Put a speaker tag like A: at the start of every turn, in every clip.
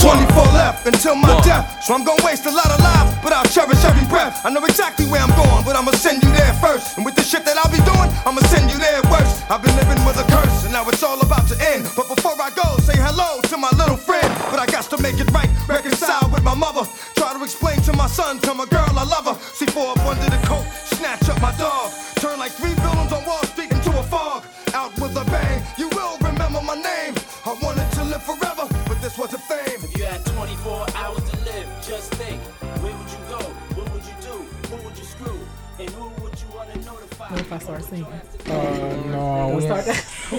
A: 24 left until my death. So I'm gonna waste a lot of lives, but I'll cherish every breath. I know exactly where I'm going, but I'ma send you there first. And with the shit that I'll be doing, I'ma send you there worse. I've been living with a curse, and now it's all about to end. But before I go, say hello to my little friend. But I got to make it right, reconcile with my mother. Try to explain to my son, to my girl, I love her. She fall up under the coat, snatch up my dog. Turn like three buildings on Wall Street into a fog. Out with a bang, you will remember my name. I wanted to live forever, but this was a fame.
B: If you had 24 hours to live, just think, where would you go? What would you do? Who would you screw? And who would you want to notify?
C: What if I start singing?
D: No, we
C: Start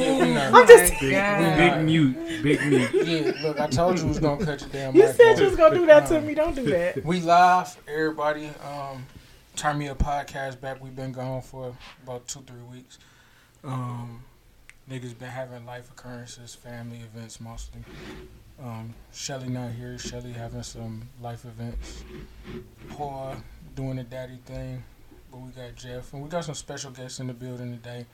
D: I'm
C: just-
E: Big mute, big mute.
D: Yeah, look, I told you we was gonna cut your damn.
C: You
D: mic
C: said
D: off.
C: you was gonna do that to me. Don't do that.
D: We live, everybody. Um, turn me a podcast back. We've been gone for about two, three weeks. Um, niggas been having life occurrences, family events mostly. Um, Shelly not here. Shelly having some life events. Paul doing the daddy thing, but we got Jeff and we got some special guests in the building today.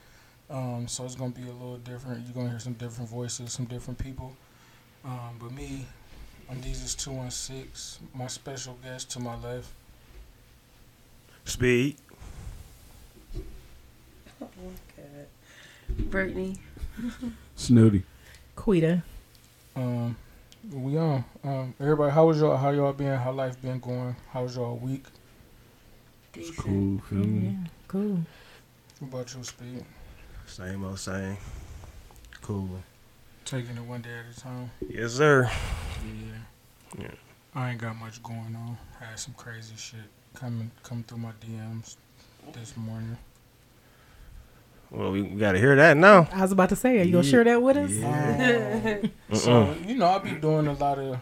D: Um, so it's gonna be a little different. You're gonna hear some different voices, some different people. Um, but me, I'm Jesus two one six. My special guest to my left.
E: Speed.
F: Brittany.
E: Snooty.
C: Quita.
D: Um, we on. Um, everybody, how was y'all? How y'all been? How life been going? How was y'all week?
E: It's
F: Decent.
E: cool, feel
G: Mm.
C: Yeah,
E: me?
C: cool.
D: What about you, Speed?
E: Same old same. Cool.
D: Taking it one day at a time.
E: Yes, sir.
D: Yeah.
E: Yeah.
D: I ain't got much going on. I had some crazy shit coming come through my DMs this morning.
E: Well, we we gotta hear that now.
C: I was about to say, are you gonna
E: Yeah.
C: share that with us?
E: Yeah.
D: Um, so you know, I be doing a lot of,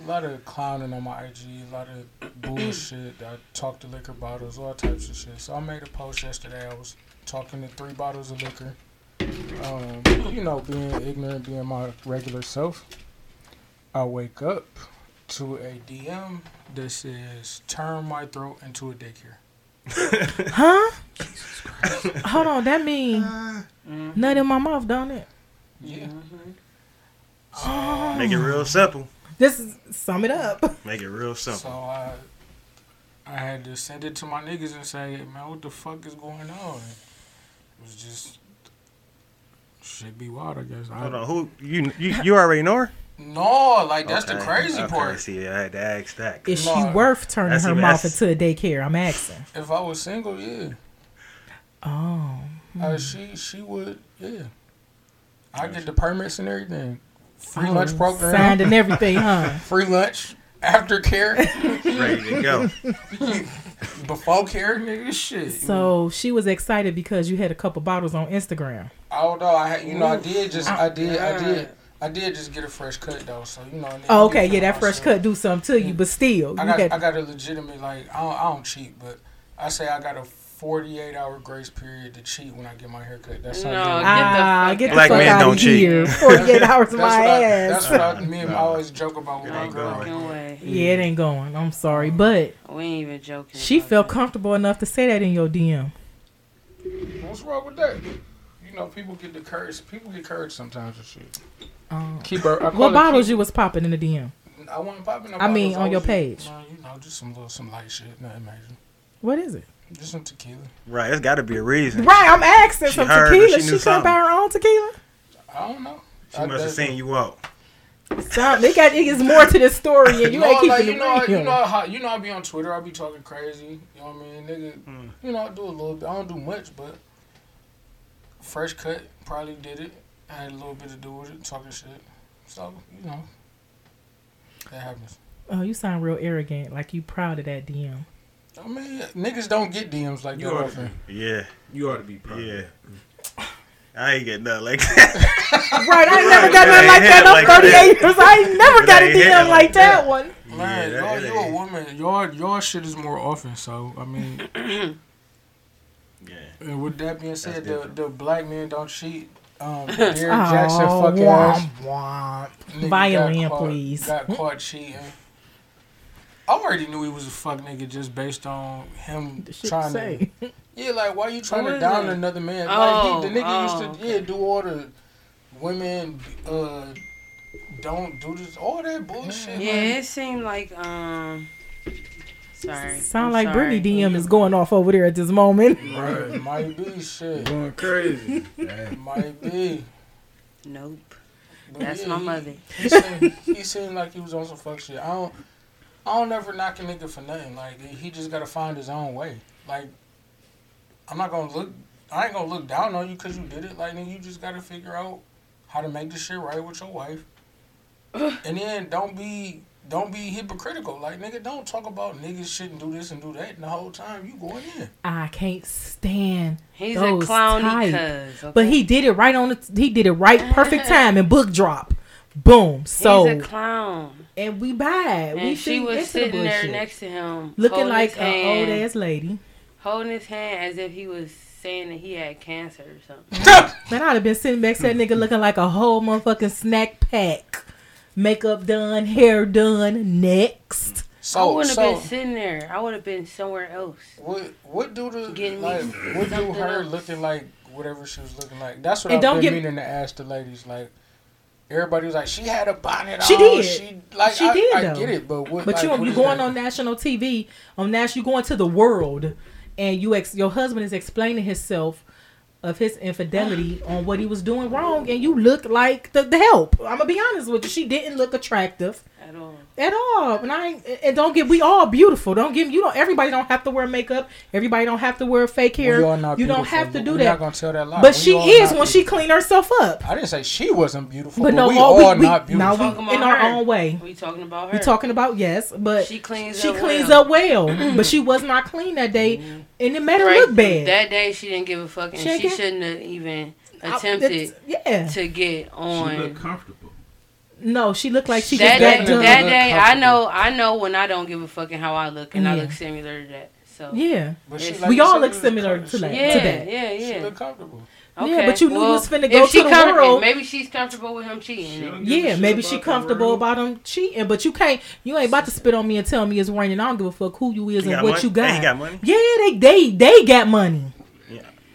D: a lot of clowning on my IG, a lot of bullshit. I talk to liquor bottles, all types of shit. So I made a post yesterday. I was talking to three bottles of liquor. Um, you know, being ignorant, being my regular self. I wake up to a DM that says, "Turn my throat into a daycare."
C: Huh? Hold on, that mean nut in my mouth, don't it?
D: Yeah.
E: Make it real simple.
C: This is sum it up.
E: Make it real
D: So I, I had to send it to my niggas and say, man, what the fuck is going on? It was just should be wild, I guess. I,
E: Hold on, who you you, you already know her?
D: No, like that's the
E: Okay,
D: crazy
E: okay,
D: part.
E: See, I had to ask that.
C: Is she
D: No.
C: worth turning
E: That's
C: her
E: even-
C: mouth
E: that's-
C: into a daycare? I'm asking.
D: If I was single, yeah,
C: Oh,
D: uh, she she would, yeah. I get the permits and everything, free
C: Oh,
D: lunch program,
C: signed and everything, huh?
D: free lunch, aftercare,
E: Ready to go.
D: before care, nigga, shit.
C: So she was excited because you had a couple bottles on Instagram.
D: Although I, had- you know, I did just, I did, I did, I did just get a fresh cut though. So you know. I need
C: Oh,
D: to get
C: okay,
D: through
C: yeah, that fresh
D: myself.
C: cut do something to you, but still, you
D: I got,
C: had
D: I got a legitimate like I don't, I don't cheat, but I say I got a forty eight hour grace period to cheat when I get my haircut. That's how
F: No,
D: I do it.
C: ah, get the
E: Black
C: fuck
E: men
C: out
E: don't
C: of
E: cheat.
C: here. Forty-eight hours
D: That's
C: of
D: what,
C: my
D: I,
C: ass.
D: that's what I, me and I always joke about with
E: It
D: my
E: ain't
D: girl.
E: going.
F: No way.
C: Yeah, it ain't going. I'm sorry, but
F: We ain't even joking.
C: she
F: about
C: felt
F: that.
C: comfortable enough to say that in your DM.
D: What's wrong with that? You know, people get the courage. People get courage sometimes and shit.
C: Um,
D: Keep her. I call
C: what
D: it
C: bottles
D: keep-
C: you was popping in the DM?
D: I wasn't popping. no
C: I mean,
D: bottles.
C: on your
D: was just-
C: page.
D: nah, you know, just some little, some light shit. Nothing major.
C: What is it?
D: Just some tequila.
E: Right, it's gotta be a reason.
C: Right, I'm asking
E: She
C: some
E: heard her,
C: tequila.
E: she
C: She,
E: knew
C: couldn't buy her own tequila.
D: I don't know.
E: She must have seen you out.
C: Stop. They got it is more to this story, and you
D: no,
C: ain't keeping
D: like, you
C: it
D: know,
C: real.
D: you know how you know I be on Twitter. I be talking crazy. You know what I mean, nigga.
E: Hmm.
D: You know I do a little bit. I don't do much, but fresh cut probably did it. I had a little bit to do with it, talking shit. So you know that happens.
C: Oh, you sound real arrogant. Like you proud of that DM.
D: I mean, niggas don't get DMs like
E: You
D: that
E: are-
D: often.
E: Yeah,
G: You ought to be proud.
E: yeah. I ain't getting nothing like that.
C: Right, I ain't never got nothing
E: Right,
C: like that.
E: yeah,
C: I'm
E: like
C: 38 years. I ain't never
E: It
C: got a
E: ain't hit
C: DM
E: like
C: like that one.
D: Man,
E: Yeah,
D: y'all,
E: that-
D: you a woman. Y'all, y'all shit is more often. So I mean,
E: Yeah.
D: and with that being said, the,
E: different.
D: the black men don't cheat. Um, Derrick Jackson
C: Oh,
D: fucking ass.
C: womp,
D: Nigga
C: Violin,
D: got caught-
C: please.
D: Got caught cheating. I already knew he was a fuck nigga just based on him
C: Shit
D: trying to.
C: say.
D: Yeah, like why you trying
F: What
D: to
F: is
D: down
F: it?
D: another man?
F: Oh,
D: like he, the nigga
F: oh,
D: used to yeah do all the women uh don't do this, all that bullshit.
F: Yeah,
D: like,
F: it seemed like um. Sorry.
C: Sound
F: I'm
C: like
F: sorry.
C: Brittany DM is going off over there at this moment.
D: Right, might be shit.
G: Going crazy. Damn.
D: Might be.
F: Nope.
D: But
F: That's
D: yeah,
F: my
D: he-
F: mother.
D: He seemed, he seemed like he was on some fuck shit. I don't, I don't ever knock a nigga for nothing. Like he just gotta find his own way. Like I'm not gonna look, I ain't gonna look down on you because you did it. Like nigga, you just gotta figure out how to make this shit right with your wife. and then don't be, don't be hypocritical. Like nigga, don't talk about niggas shouldn't do this and do that. And the whole time you going in.
C: I can't stand.
F: He's
C: Those
F: a clowny
C: type.
F: cuz. Okay?
C: But he did it right on the. He did it right, perfect time and book drop. Boom. So
F: He's a clown.
C: and we bad. we
F: And she
C: shouldn't
F: was
C: get to the
F: sitting there
C: bullshit.
F: next to him,
C: looking
F: holding
C: like
F: his
C: an old
F: hand-
C: ass lady.
F: holding his hand as if he was saying that he had cancer or something.
C: Man, I'd have been sitting next to that nigga looking like a whole motherfucking snack pack. Makeup done, hair done. Next,
D: So,
F: I wouldn't
D: Oh, so,
F: have been sitting there. I would have been somewhere else.
D: What what do the
F: Getting me
D: like what do
F: something
D: her
F: else.
D: looking like whatever she was looking like? That's what
C: And
D: I've
C: don't
D: been
C: get-
D: meaning to ask the ladies. Like everybody was like, she had a bonnet
C: She
D: on.
C: did.
D: She like
C: She
D: I,
C: did,
D: I
C: though.
D: get it, but what?
C: but
D: like,
C: you
D: what
C: you
D: is
C: going
D: that?
C: on national TV on national you going to the world, and you ex your husband is explaining himself of his infidelity on what he was doing wrong, and you look like the, the help. I'm gonna be honest with you, she didn't look attractive.
F: At all.
C: at all. And I ain't- and don't get we all beautiful. Don't give you don't everybody don't have to wear makeup. Everybody don't have to wear fake
D: We
C: hair.
D: all not
C: You don't
D: beautiful,
C: have to
D: but
C: do
D: we
C: that.
D: Not gonna tell that lie.
C: But
D: We
C: she
D: all
C: is
D: not
C: when
D: beautiful.
C: she clean herself up.
D: I didn't say she wasn't beautiful,
C: But
D: but,
C: no,
D: we
C: all-
D: all
C: we-
D: not
C: we- now
D: beautiful.
F: Talking about
C: in our
F: her.
C: own way.
F: We talking about her.
C: We talking about yes, but
F: She cleans
C: she
F: up
C: cleans
F: well. Mm-hmm.
C: up well. but she was not clean that day, and it made her
F: Right.
C: look bad.
F: That day she didn't give a fuck and
C: She ain't
F: she
C: give-
F: shouldn't have even
C: I-
F: attempted
C: that's- yeah.
F: to get
G: She look
F: on.
G: comfortable.
C: No, she looked like she
F: that
C: just got
F: day,
D: definitely
C: done.
F: that
D: looked
F: day I
D: comfortable.
F: know I know when I don't give a fuck and how I look and I
C: Yeah.
F: look similar to that. So
C: yeah,
D: But she,
F: We
D: like you
C: all
D: said,
C: look
D: was
C: similar
D: com-
C: to that.
F: yeah,
C: to that.
F: yeah,
D: She, she
F: yeah.
D: look comfortable.
C: Yeah, but you knew you was finna go
F: if
C: to
F: she
C: the
F: com-
C: world-
F: Maybe she's comfortable with him cheating.
G: She don't give a
C: yeah.
G: shit
C: Maybe
G: about
C: she
G: the
C: comfortable
G: world.
C: about him cheating, but you can't. You ain't about to spit on me and tell me it's raining. I don't give a fuck who you is
E: He
C: and
E: got
C: what
E: money?
C: you got.
E: Hey, he got money?
C: Yeah, they they they got money.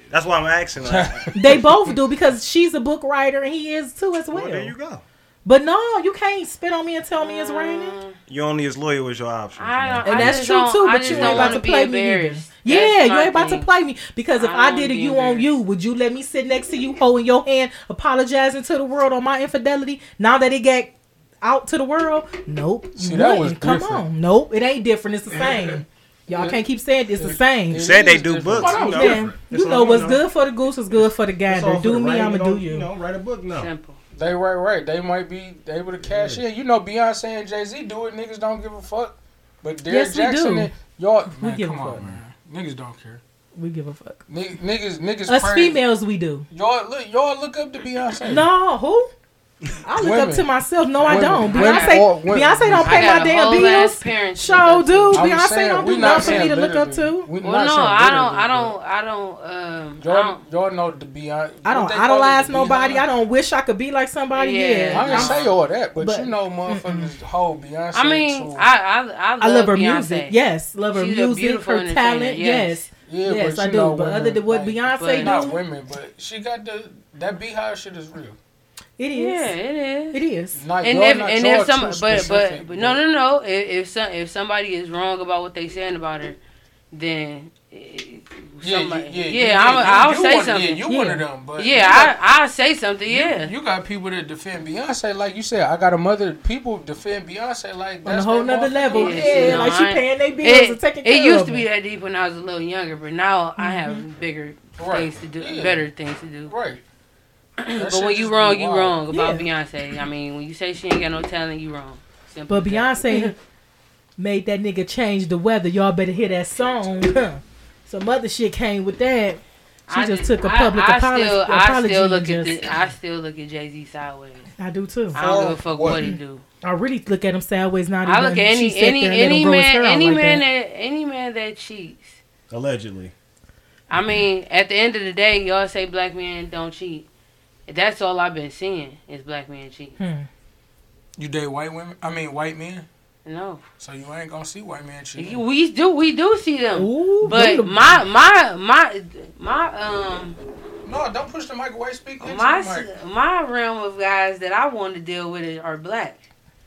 E: That's why I'm asking. Like,
C: They both do because she's a book writer and he is too as well.
E: well, there you go.
C: But no, you can't spit on me and tell me it's raining.
E: You're only as loyal as your options.
F: I don't,
C: And
F: I
C: that's
F: just
C: true
F: don't-
C: too,
F: I
C: but
F: just
C: you ain't
F: don't
C: about
F: wanna
C: to
F: be
C: play me. either.
F: embarrassed.
C: Yeah,
F: That's
C: you
F: my
C: ain't about to
F: thing.
C: play me because if
F: I
C: I,
F: don't
C: did it,
F: wanna be
C: you on you.
F: embarrassed.
C: Would you let me sit next to you, holding your hand, apologizing to the world on my infidelity? Now that it got out to the world, nope. You
D: See, that was
C: wouldn't. Come
D: different.
C: on, nope. It ain't different. It's the same. Y'all can't keep saying it's the same.
E: You said they
D: It
E: do
D: is
E: books.
C: Hold on,
E: you know.
C: man.
E: It's
C: You know
E: on-
C: what's
E: you know.
C: good for the goose is good for the
E: It's all
C: gander.
E: for
C: Do
E: the
C: me,
E: writing.
C: I'ma do
E: don't,
C: you.
E: You know, write a book now.
F: Simple.
D: They right, right. They might be able to cash in. You know, Beyonce and Jay Z do it. Niggas don't give a fuck. But Derrick
C: Yes, we
D: Jackson,
C: do.
D: and y'all, man,
C: give a
D: come
C: fuck.
D: on, man. Niggas don't care.
C: We give a fuck.
D: Ni- Niggas, niggas.
C: Us
D: praise-
C: females, we do.
D: Y'all look, y'all look up to Beyonce.
C: No, who? I look up
D: Women.
C: to myself. No, I
D: Women.
C: don't.
D: Women or
C: Beyonce,
D: women.
C: Beyonce don't
F: I
C: pay
F: got
C: my
F: a
C: damn
F: whole ass
C: bills.
F: parents.
C: Show,
F: to look
C: dude.
F: up to.
D: I'm
C: Beyonce
D: saying,
C: don't
D: we
C: do nothing for me
D: saying
C: to look up
D: literally.
C: to.
D: We
F: Well,
D: not
F: no,
D: saying
F: I don't,
D: literally,
F: I don't, I don't, um,
D: but
F: I don't.
D: Y'all, y'all know the Beyonce.
C: I don't idolize nobody. I don't wish I could be like somebody.
F: Yeah.
C: Yeah.
D: I didn't say all that, but,
C: But-
D: you know, motherfuckers whole Beyonce.
F: I mean,
D: too.
F: I, I, I love,
C: I love her
F: Beyonce.
C: music. Yes, love her
F: She's a
C: music,
F: beautiful
C: her
F: entertainer,
C: talent. Yes,
F: yes.
D: yeah,
C: yes,
D: but
C: I
D: you
C: do.
D: know
C: But
D: women,
C: other than what
D: like,
C: Beyonce
F: but-
D: not
C: do,
D: women, but she got the that beehive shit is real.
C: it is.
F: Yeah, it is.
C: It is.
D: Not,
F: and
D: y'all
F: if
D: not-
F: and
D: y'all
F: if some,
D: too
F: but,
D: specific,
F: but but no no no. If if, some, if somebody is wrong about what they saying about her, then eh,
D: Yeah,
F: somebody,
D: yeah,
F: yeah,
D: yeah, yeah,
F: I'm,
D: you-
F: I'll
D: you
F: say
D: one,
F: something.
D: Yeah,
F: Yeah,
D: you one
C: Yeah.
D: of them, but
F: I I'll say something.
D: you got-
F: Yeah,
D: you, you got people that defend Beyonce like you said. I got a mother. People defend Beyonce like
C: On a
D: that's
C: whole
D: their
C: nother
D: motherfucking
C: level.
D: mother.
C: Yeah,
F: Yeah, no,
C: like she
F: I-
C: paying their bills and
F: it,
C: taking care
F: it
C: of
F: used to
C: them.
F: be that deep when I was a little younger, but now I have bigger
D: Mm-hmm. Right.
F: things to do,
D: Yeah.
F: better things to do.
D: right.
F: But when you wrong, you wrong about
C: Yeah.
F: Beyonce. I mean, when you say she ain't got no talent, you wrong. Simple
C: But
F: as that.
C: Beyonce made that nigga change the weather. Y'all better hear that song. Some other shit came with that. She
F: I
C: just took a
F: I-
C: public
F: I,
C: apolo-
F: still, I
C: apology
F: still
C: and
F: look at
C: just-
F: this, I still look at Jay Z sideways.
C: I do too.
F: I don't give a
D: For
F: fuck
D: what?
F: what, he do.
C: I really look at him sideways. Not
F: I
C: even
F: look at
C: she
F: any
C: sat
F: any
C: there and let him
F: any
C: grow his
F: man
C: hair out
F: any
C: like
F: man
C: that.
F: that. any man that cheats.
E: Allegedly.
F: I mean, at the end of the day, y'all say black men don't cheat. That's all I've been seeing is black men cheat.
D: You date white women. I mean white men.
F: No,
D: So you ain't gonna see white men cheating.
F: You- we do we do see them.
C: Ooh,
F: But
C: them the-
F: my my my my um
D: No, don't push the mic away. Speak into
F: Oh, my
D: the mic.
F: s- my realm of guys that I want to deal with are black.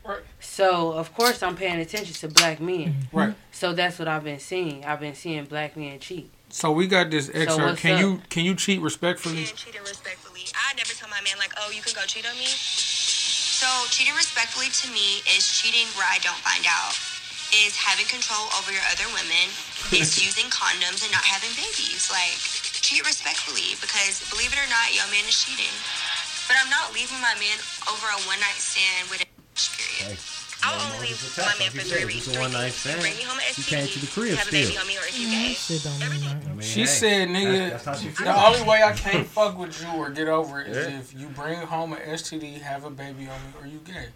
D: Right.
F: So of course I'm paying attention to black men.
C: Mm-hmm.
D: Right.
F: So that's what I've been seeing. I've been seeing black men cheat.
D: So we got this excerpt.
F: what's
D: can
F: up?
D: you can you cheat respectfully?
H: cheating respectfully. I never tell my man like, oh, you can go cheat on me. So cheating respectfully to me is cheating where I don't find out. Is having control over your other women. Is using condoms and not having babies. Like cheat respectfully because believe it or not, your man is cheating. But I'm not leaving my man over a one night stand with a period. I'll only leave
E: it's a
H: my
E: tap,
H: man
E: like you
H: for
E: said,
H: three
E: it's
H: weeks.
E: a
H: three
E: one-night stand.
H: things. You Bring me home an
E: You
H: STD.
E: came to the crib
H: have a baby
E: still.
H: on me or if you gay.
C: Shit don't mean nothing.
E: mean,
D: She
E: hey,
D: said, "Nigga,
E: that's, that's how she feels.
D: the only way I can't fuck with you or get over it is
E: Yeah.
D: if you bring home an STD, have a baby on me, or you gay."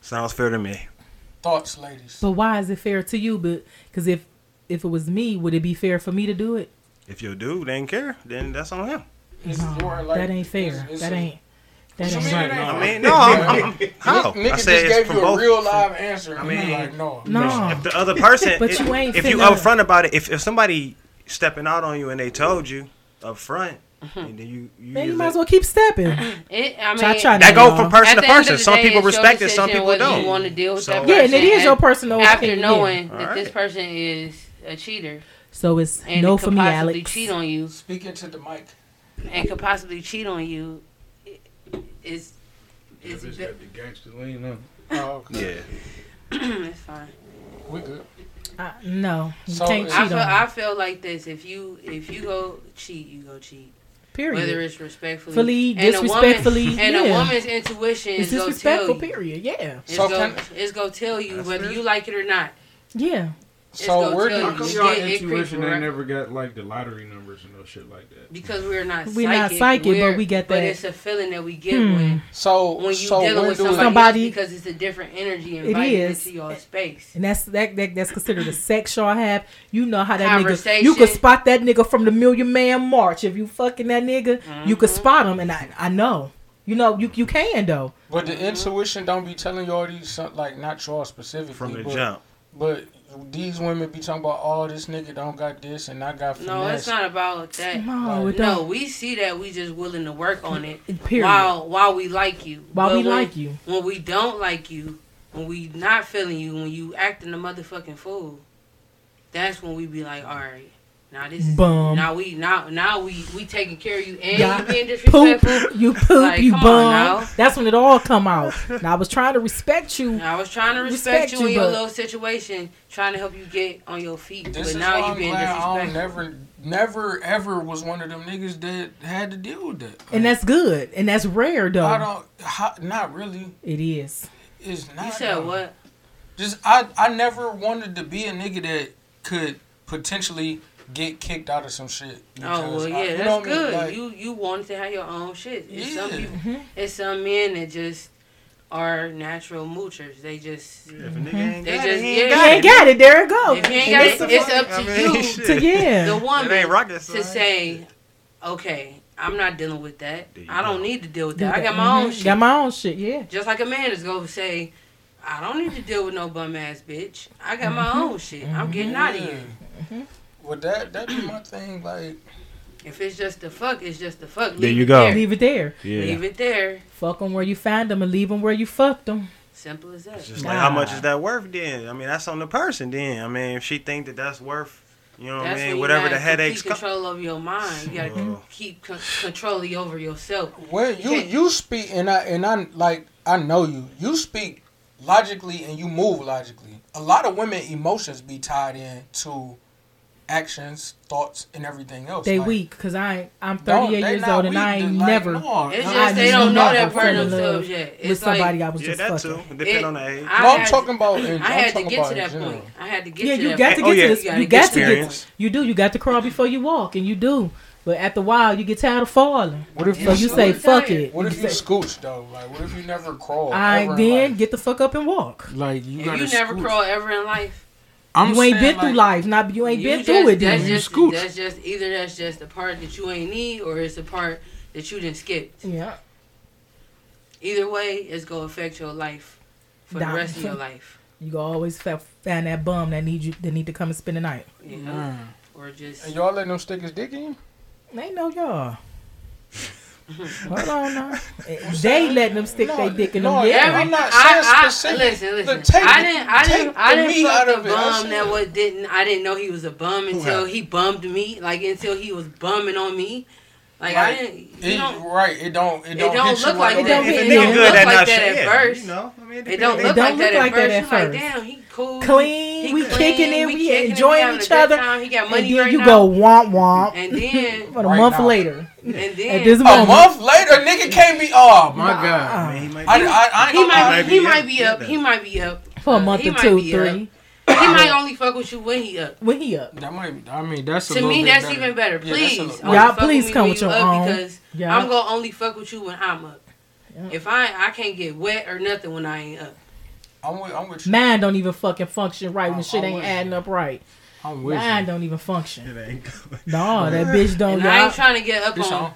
E: Sounds fair to me.
D: Thoughts, ladies.
C: But why is it fair to you? But because if if it was me, would it be fair for me to do it?
E: If your dude ain't care, then that's on him.
D: It's
C: No,
D: your, like,
C: that ain't fair.
D: it's- it's
C: that
D: a-
C: ain't. That
D: you
C: ain't
D: mean it
C: right.
D: ain't?
E: I mean, no, I'm, I'm, I'm- how?
D: Nick- Nick
E: I
D: just
E: said
D: gave
E: it's
D: you
E: from
D: a
E: both.
D: real live answer. I
E: mean-
D: mean, like, no.
C: No.
E: If the other person,
C: But
E: if,
C: you ain't
E: if you
C: finna-
E: up front about it, if, if somebody stepping out on you and they told you up front,
F: Mm-hmm.
E: and then you, you,
C: Man, you
E: use
C: might
E: it-
C: as well keep stepping.
F: It. I mean.
C: Try- try
E: that go
C: At
E: from
C: the
E: person to
F: at the end of
E: person.
F: the
E: Some
F: day,
E: people
F: it's your
E: respect it, some
F: decision
E: people
F: whether You
E: don't.
F: want to deal with
E: So-
F: that
C: yeah, and it
F: person
C: is your
F: and
C: personal
F: After
C: opinion.
F: knowing that
E: Alright.
F: this person is a cheater
C: So it's
F: and
C: no
F: could
C: for me,
F: possibly
C: Alex.
F: cheat on you
D: Speak into the mic.
F: and could possibly cheat on you, i- is is
G: It's
F: be-
G: got the gangster lean on.
D: Oh, okay.
E: Yeah,
F: it's fine.
D: We good.
C: Uh, no, you
D: So
C: can't
D: it's-
C: cheat
F: I
C: on
F: feel
C: me.
F: I feel like this. If you if you go cheat, you go cheat.
C: period.
F: Whether it's respectfully,
C: Fully,
F: and a woman-
C: disrespectfully,
F: and a
C: yeah.
F: woman's intuition
C: it's
F: is go tell
C: disrespectful.
F: you.
C: Period. Yeah.
F: It's
D: So
F: gonna,
D: can-
F: it's gonna tell you
E: That's
F: whether
E: fair.
F: you like it or not.
C: Yeah.
F: It's
D: So
F: gonna
D: we're
F: tell
G: How
F: you.
G: come
F: It-
G: y'all
F: it creeps
G: intuition
F: you
G: ain't
F: right-
G: never got like the lottery numbers and no shit like that?
F: because we're not
C: We're not
F: psychic,
C: psychic, but
F: we're-
C: we get
F: But
C: that-
F: it's a feeling that we get
C: Hmm.
F: when
D: so
F: when you
D: so
F: dealing
D: when
F: with
D: do
F: somebody,
D: we-
C: Somebody-
F: else because it's a different energy
C: It
F: invited
C: is.
F: into your space.
C: And that's that, that that's considered a sex y'all have. You know how that nigga
F: Conversation.
C: you could spot that nigga from the Million Man March. If you fucking that nigga, you
F: Mm-hmm.
C: could spot him and I I know. You know, you you can though.
D: But the intuition don't be telling y'all these some- like not y'all specifically
E: from the
D: but,
E: jump.
D: But these women be talking about oh this nigga don't got this and I got finesse.
F: No, it's not about that.
C: No, it
F: No,
C: don't.
F: we see that. We just willing to work on it.
C: Period.
F: While while we like you.
C: While
F: But
C: we
F: when-
C: like you.
F: When we don't like you, when we not feeling you, when you acting a motherfucking fool, that's when we be like, all right. Now this is
C: Bum.
F: now we now now we we taking care of you and
C: Yeah.
F: you being
C: Poop,
F: disrespectful.
C: you poop,
F: Like,
C: you
F: come on
C: bum.
F: now.
C: That's when it all come out. Now I was trying to respect you.
F: I was trying to respect,
C: Respect
F: you,
C: you,
F: in your
C: but-
F: little situation, trying to help you get on your feet,
D: This
F: but
D: is
F: now
D: why
F: you
D: I'm
F: being
D: glad I don't
F: disrespectful.
D: never never ever was one of them niggas that had to deal with that.
C: And that's good. And that's rare though.
D: I don't ho- not really.
C: It is.
D: It's not.
F: you said
D: though.
F: what?
D: Just I I never wanted to be a nigga that could potentially get kicked out of some shit.
F: Oh
D: because
F: well,
D: I-
F: yeah,
D: you know
F: that's
D: what I mean?
F: good.
D: Like,
F: you you wanted to have your own shit. It's some
D: Yeah.
F: people, it's some men that just are natural moochers. They just
E: If a
C: Mm-hmm.
E: nigga ain't
F: They
E: got it,
F: just-
E: he ain't
F: yeah.
C: You
E: got it.
C: ain't got it. There it goes.
F: if you ain't
C: And
F: got
C: it's
F: it, it's up to
E: I mean,
F: you,
E: shit.
C: to yeah.
F: the
E: It ain't
F: woman,
E: rocket
F: to
E: science.
F: say, okay, I'm not dealing with that.
E: There you
F: I don't
E: go.
F: need to deal with
C: Do
F: that. I
C: that.
F: got my own
C: Mhm.
F: shit.
C: Got my own shit. Yeah.
F: Just like a man is gonna say, I don't need to deal with no bum ass bitch. I got my own shit. I'm getting
E: Mm-hmm.
F: out of
D: yeah.
F: here. Mm-hmm.
D: Well, that that be my thing. Like
F: If it's just the fuck, it's just the fuck. Leave
E: There you
F: it
E: go.
D: Oh.
F: There.
C: Leave it there.
E: Yeah.
F: Leave it there.
C: Fuck them where you find them and leave them where you fucked them.
F: Simple as that.
E: Just like, how much is that worth then? I mean, that's on the person then. I mean, if she think that that's worth, you know what I
F: That's when
E: mean,
F: you
E: whatever
F: gotta
E: the headaches
F: Keep
E: come.
F: control over your mind. You gotta
E: Well.
F: keep con- control over yourself.
D: well, you
F: Yeah.
D: you speak and I and I like I know you. You speak logically and you move logically. A lot of women emotions be tied in to actions, thoughts, and everything else.
C: They
D: Like,
C: weak because I ain't- I'm
D: don't-
C: 38
D: they
C: years
D: not
C: old and
D: weak,
C: I ain't
D: like,
C: never
D: no,
F: It's
D: I
F: just
C: I
F: they
C: just
F: don't know
C: never
F: that part
C: fell
F: of
C: in
F: themselves
C: love
F: yet.
C: with
F: It's
C: somebody
F: like,
C: I was
E: Yeah,
C: just
E: that too.
C: fucking.
E: Depend
F: It-
E: on the age.
F: I
D: No, I'm
F: had-
D: talking about.
F: I
D: In, I'm
F: had to
D: talking
F: get
D: about
F: to
D: in
F: that
D: general.
F: point. I had to get
C: Yeah,
F: to
C: you
F: that
C: got
F: point.
C: to
E: Oh,
C: get
E: yeah.
C: to this.
F: You
C: You,
F: gotta
C: got
F: get
C: to
F: there.
C: get. To, you do. You got to crawl before you walk, and you do. But at the while, you get tired of falling.
D: What if
C: So you say fuck it.
D: What if you
C: say,
D: scooch though? Like, what if you never crawl?
C: I
D: ever in
C: then
D: life?
C: get the fuck up and walk.
D: like you
F: If you never crawl ever in life,
D: I'm
C: you ain't
D: saying,
C: been through
D: like,
C: life. Not you ain't
F: you
C: been
F: just-
C: through it.
F: That's
C: Then.
F: just
D: Scooch.
F: that's just either that's just the part that you ain't need or it's the part that you didn't skip.
C: yeah.
F: Either way, it's gonna affect your life for
C: Nah.
F: the rest of your life.
C: You go always fa- find that bum that need you. That need to come and spend the night.
F: You know,
D: Mm.
F: or just
D: And y'all letting them stick his dick in?
C: Ain't no y'all. Hold on now. They letting them stick their dick in
D: no,
C: them. Yeah.
D: every- I'm not saying
F: I, I,
D: specific.
F: listen, listen.
D: Look, take
F: I
D: the-
F: didn't, I
D: take
F: didn't, I
D: the
F: didn't
D: meat
F: fuck
D: out
F: a
D: of it. I'm
F: bum that
D: saying-
F: was didn't. I didn't know he was a bum until
D: have?
F: he bummed me. Like until he was bumming on me. Like I
D: Right.
F: didn't. You
D: It,
F: don't.
D: right. It don't. It
F: It
D: don't,
F: don't
D: hit you
F: look like
D: right
F: it
D: away.
C: don't
E: If
C: hit-
E: it
C: it
E: didn't
C: don't
E: good
F: look
E: at
F: like
E: not
F: that
E: shit,
F: at
E: yeah,
F: first.
E: you know. I mean,
F: It don't
E: depends-
C: don't
F: look like
C: look
F: that at
C: like that
F: first.
C: at
F: It's like,
C: first.
F: damn, he cool.
C: Clean,
F: He
C: we kicking it, we
F: kicking it,
C: enjoying
F: having
C: each
F: a good
C: other,
F: time, He got
C: And
F: money
C: then
F: right
C: you
F: now.
C: go womp womp.
F: And then,
C: But a
D: Right
C: month
D: now.
C: later,
F: and then,
C: at this
D: A
C: moment,
D: month later, nigga can't be. Oh my
E: I
D: god.
E: mean, he might
D: I, I, I ain't
F: Uh, he
D: gonna
F: might,
D: lie.
F: be, he
E: Maybe,
F: might
E: yeah,
F: be up.
E: yeah.
F: He might be up
C: for a
F: Uh,
C: month
F: he
C: or
F: might
C: two,
F: be up.
C: three,
F: He might only fuck with you when he up.
C: when he up.
D: That might. I mean, that's a
F: to
D: little
F: me,
D: bit
F: that's
D: better.
F: even better.
D: Yeah, that's
F: Please,
D: a
F: only
D: little-
C: Y'all
F: fuck
C: please
F: me
C: come
F: when
C: with
F: you
C: your
F: up
C: own.
F: because
C: Yeah.
F: I'm gonna only fuck with you when I'm up.
C: Yeah.
F: If I I can't get wet or nothing when I ain't up.
D: I'm with. I'm with you.
C: Mine don't even fucking function right when
F: Oh,
D: I'm-
C: shit
D: I'm
C: ain't
D: with
C: adding up right.
D: I'm with
C: Mine
D: you.
C: don't even function.
E: It ain't good.
C: No, that bitch don't.
F: And I
C: Oh, Y'all,
F: ain't trying to get up
D: This
F: on
D: song.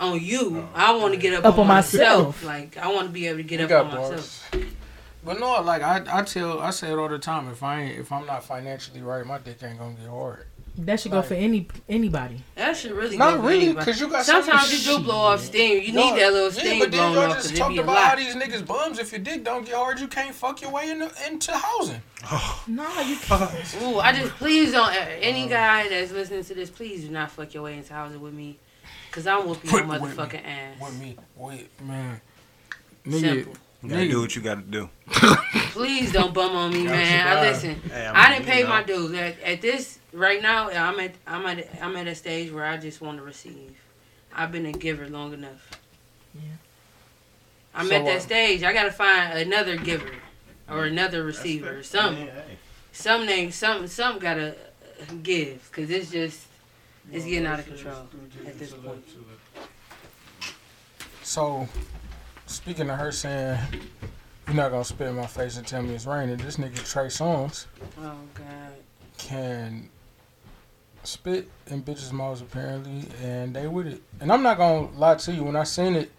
F: on you. I want to get up,
C: Up
F: on
C: on
F: myself.
C: myself.
F: Like I want to be able to get
D: You
F: up
D: got
F: on myself.
D: bars. But no, like I, I tell, I say it all the time. If I ain't, if I'm not financially right, my dick ain't gonna get hard.
C: that should go for any anybody.
F: That should really
D: Not
F: go for
D: really,
F: anybody.
D: 'cause you got
F: sometimes
D: something-
F: you do blow off steam. You
D: No,
F: need that little
D: yeah,
F: steam
D: but then
F: blown
D: y'all
F: off
D: just
F: because it
D: talked
F: be a
D: about how
F: lot.
D: these niggas bums. If your dick don't get hard, you can't fuck your way into, into housing.
C: No, you can't.
F: Ooh, I just please don't. uh,
D: Oh.
F: Any guy that's listening to this, please do not fuck your way into housing with me, cause I'm whooping your
D: With- with me.
F: motherfucking ass.
D: With me, wait, man, nigga,
F: Simple.
E: You gotta do
D: nigga,
E: what you gotta do.
F: Please don't bum on me,
E: Got
F: man.
E: you,
F: I
E: bro.
F: listen.
E: Hey, I
F: I,
E: mean,
F: didn't
E: you
F: pay
E: know.
F: my dues. At, at this right now, I'm at I'm at I'm at a stage where I just want to receive. I've been a giver long enough.
C: Yeah.
F: I'm
D: So,
F: at that
D: uh,
F: stage. I gotta find another giver or another receiver. or Some some name some some gotta uh, give because it's just it's getting out of control at this point.
D: So, speaking of her saying, you're not gonna spit in my face and tell me it's raining. This nigga Trey Songz
F: Oh God.
D: can spit in bitches' mouths apparently, and they with it. And I'm not gonna lie to you. When I seen it,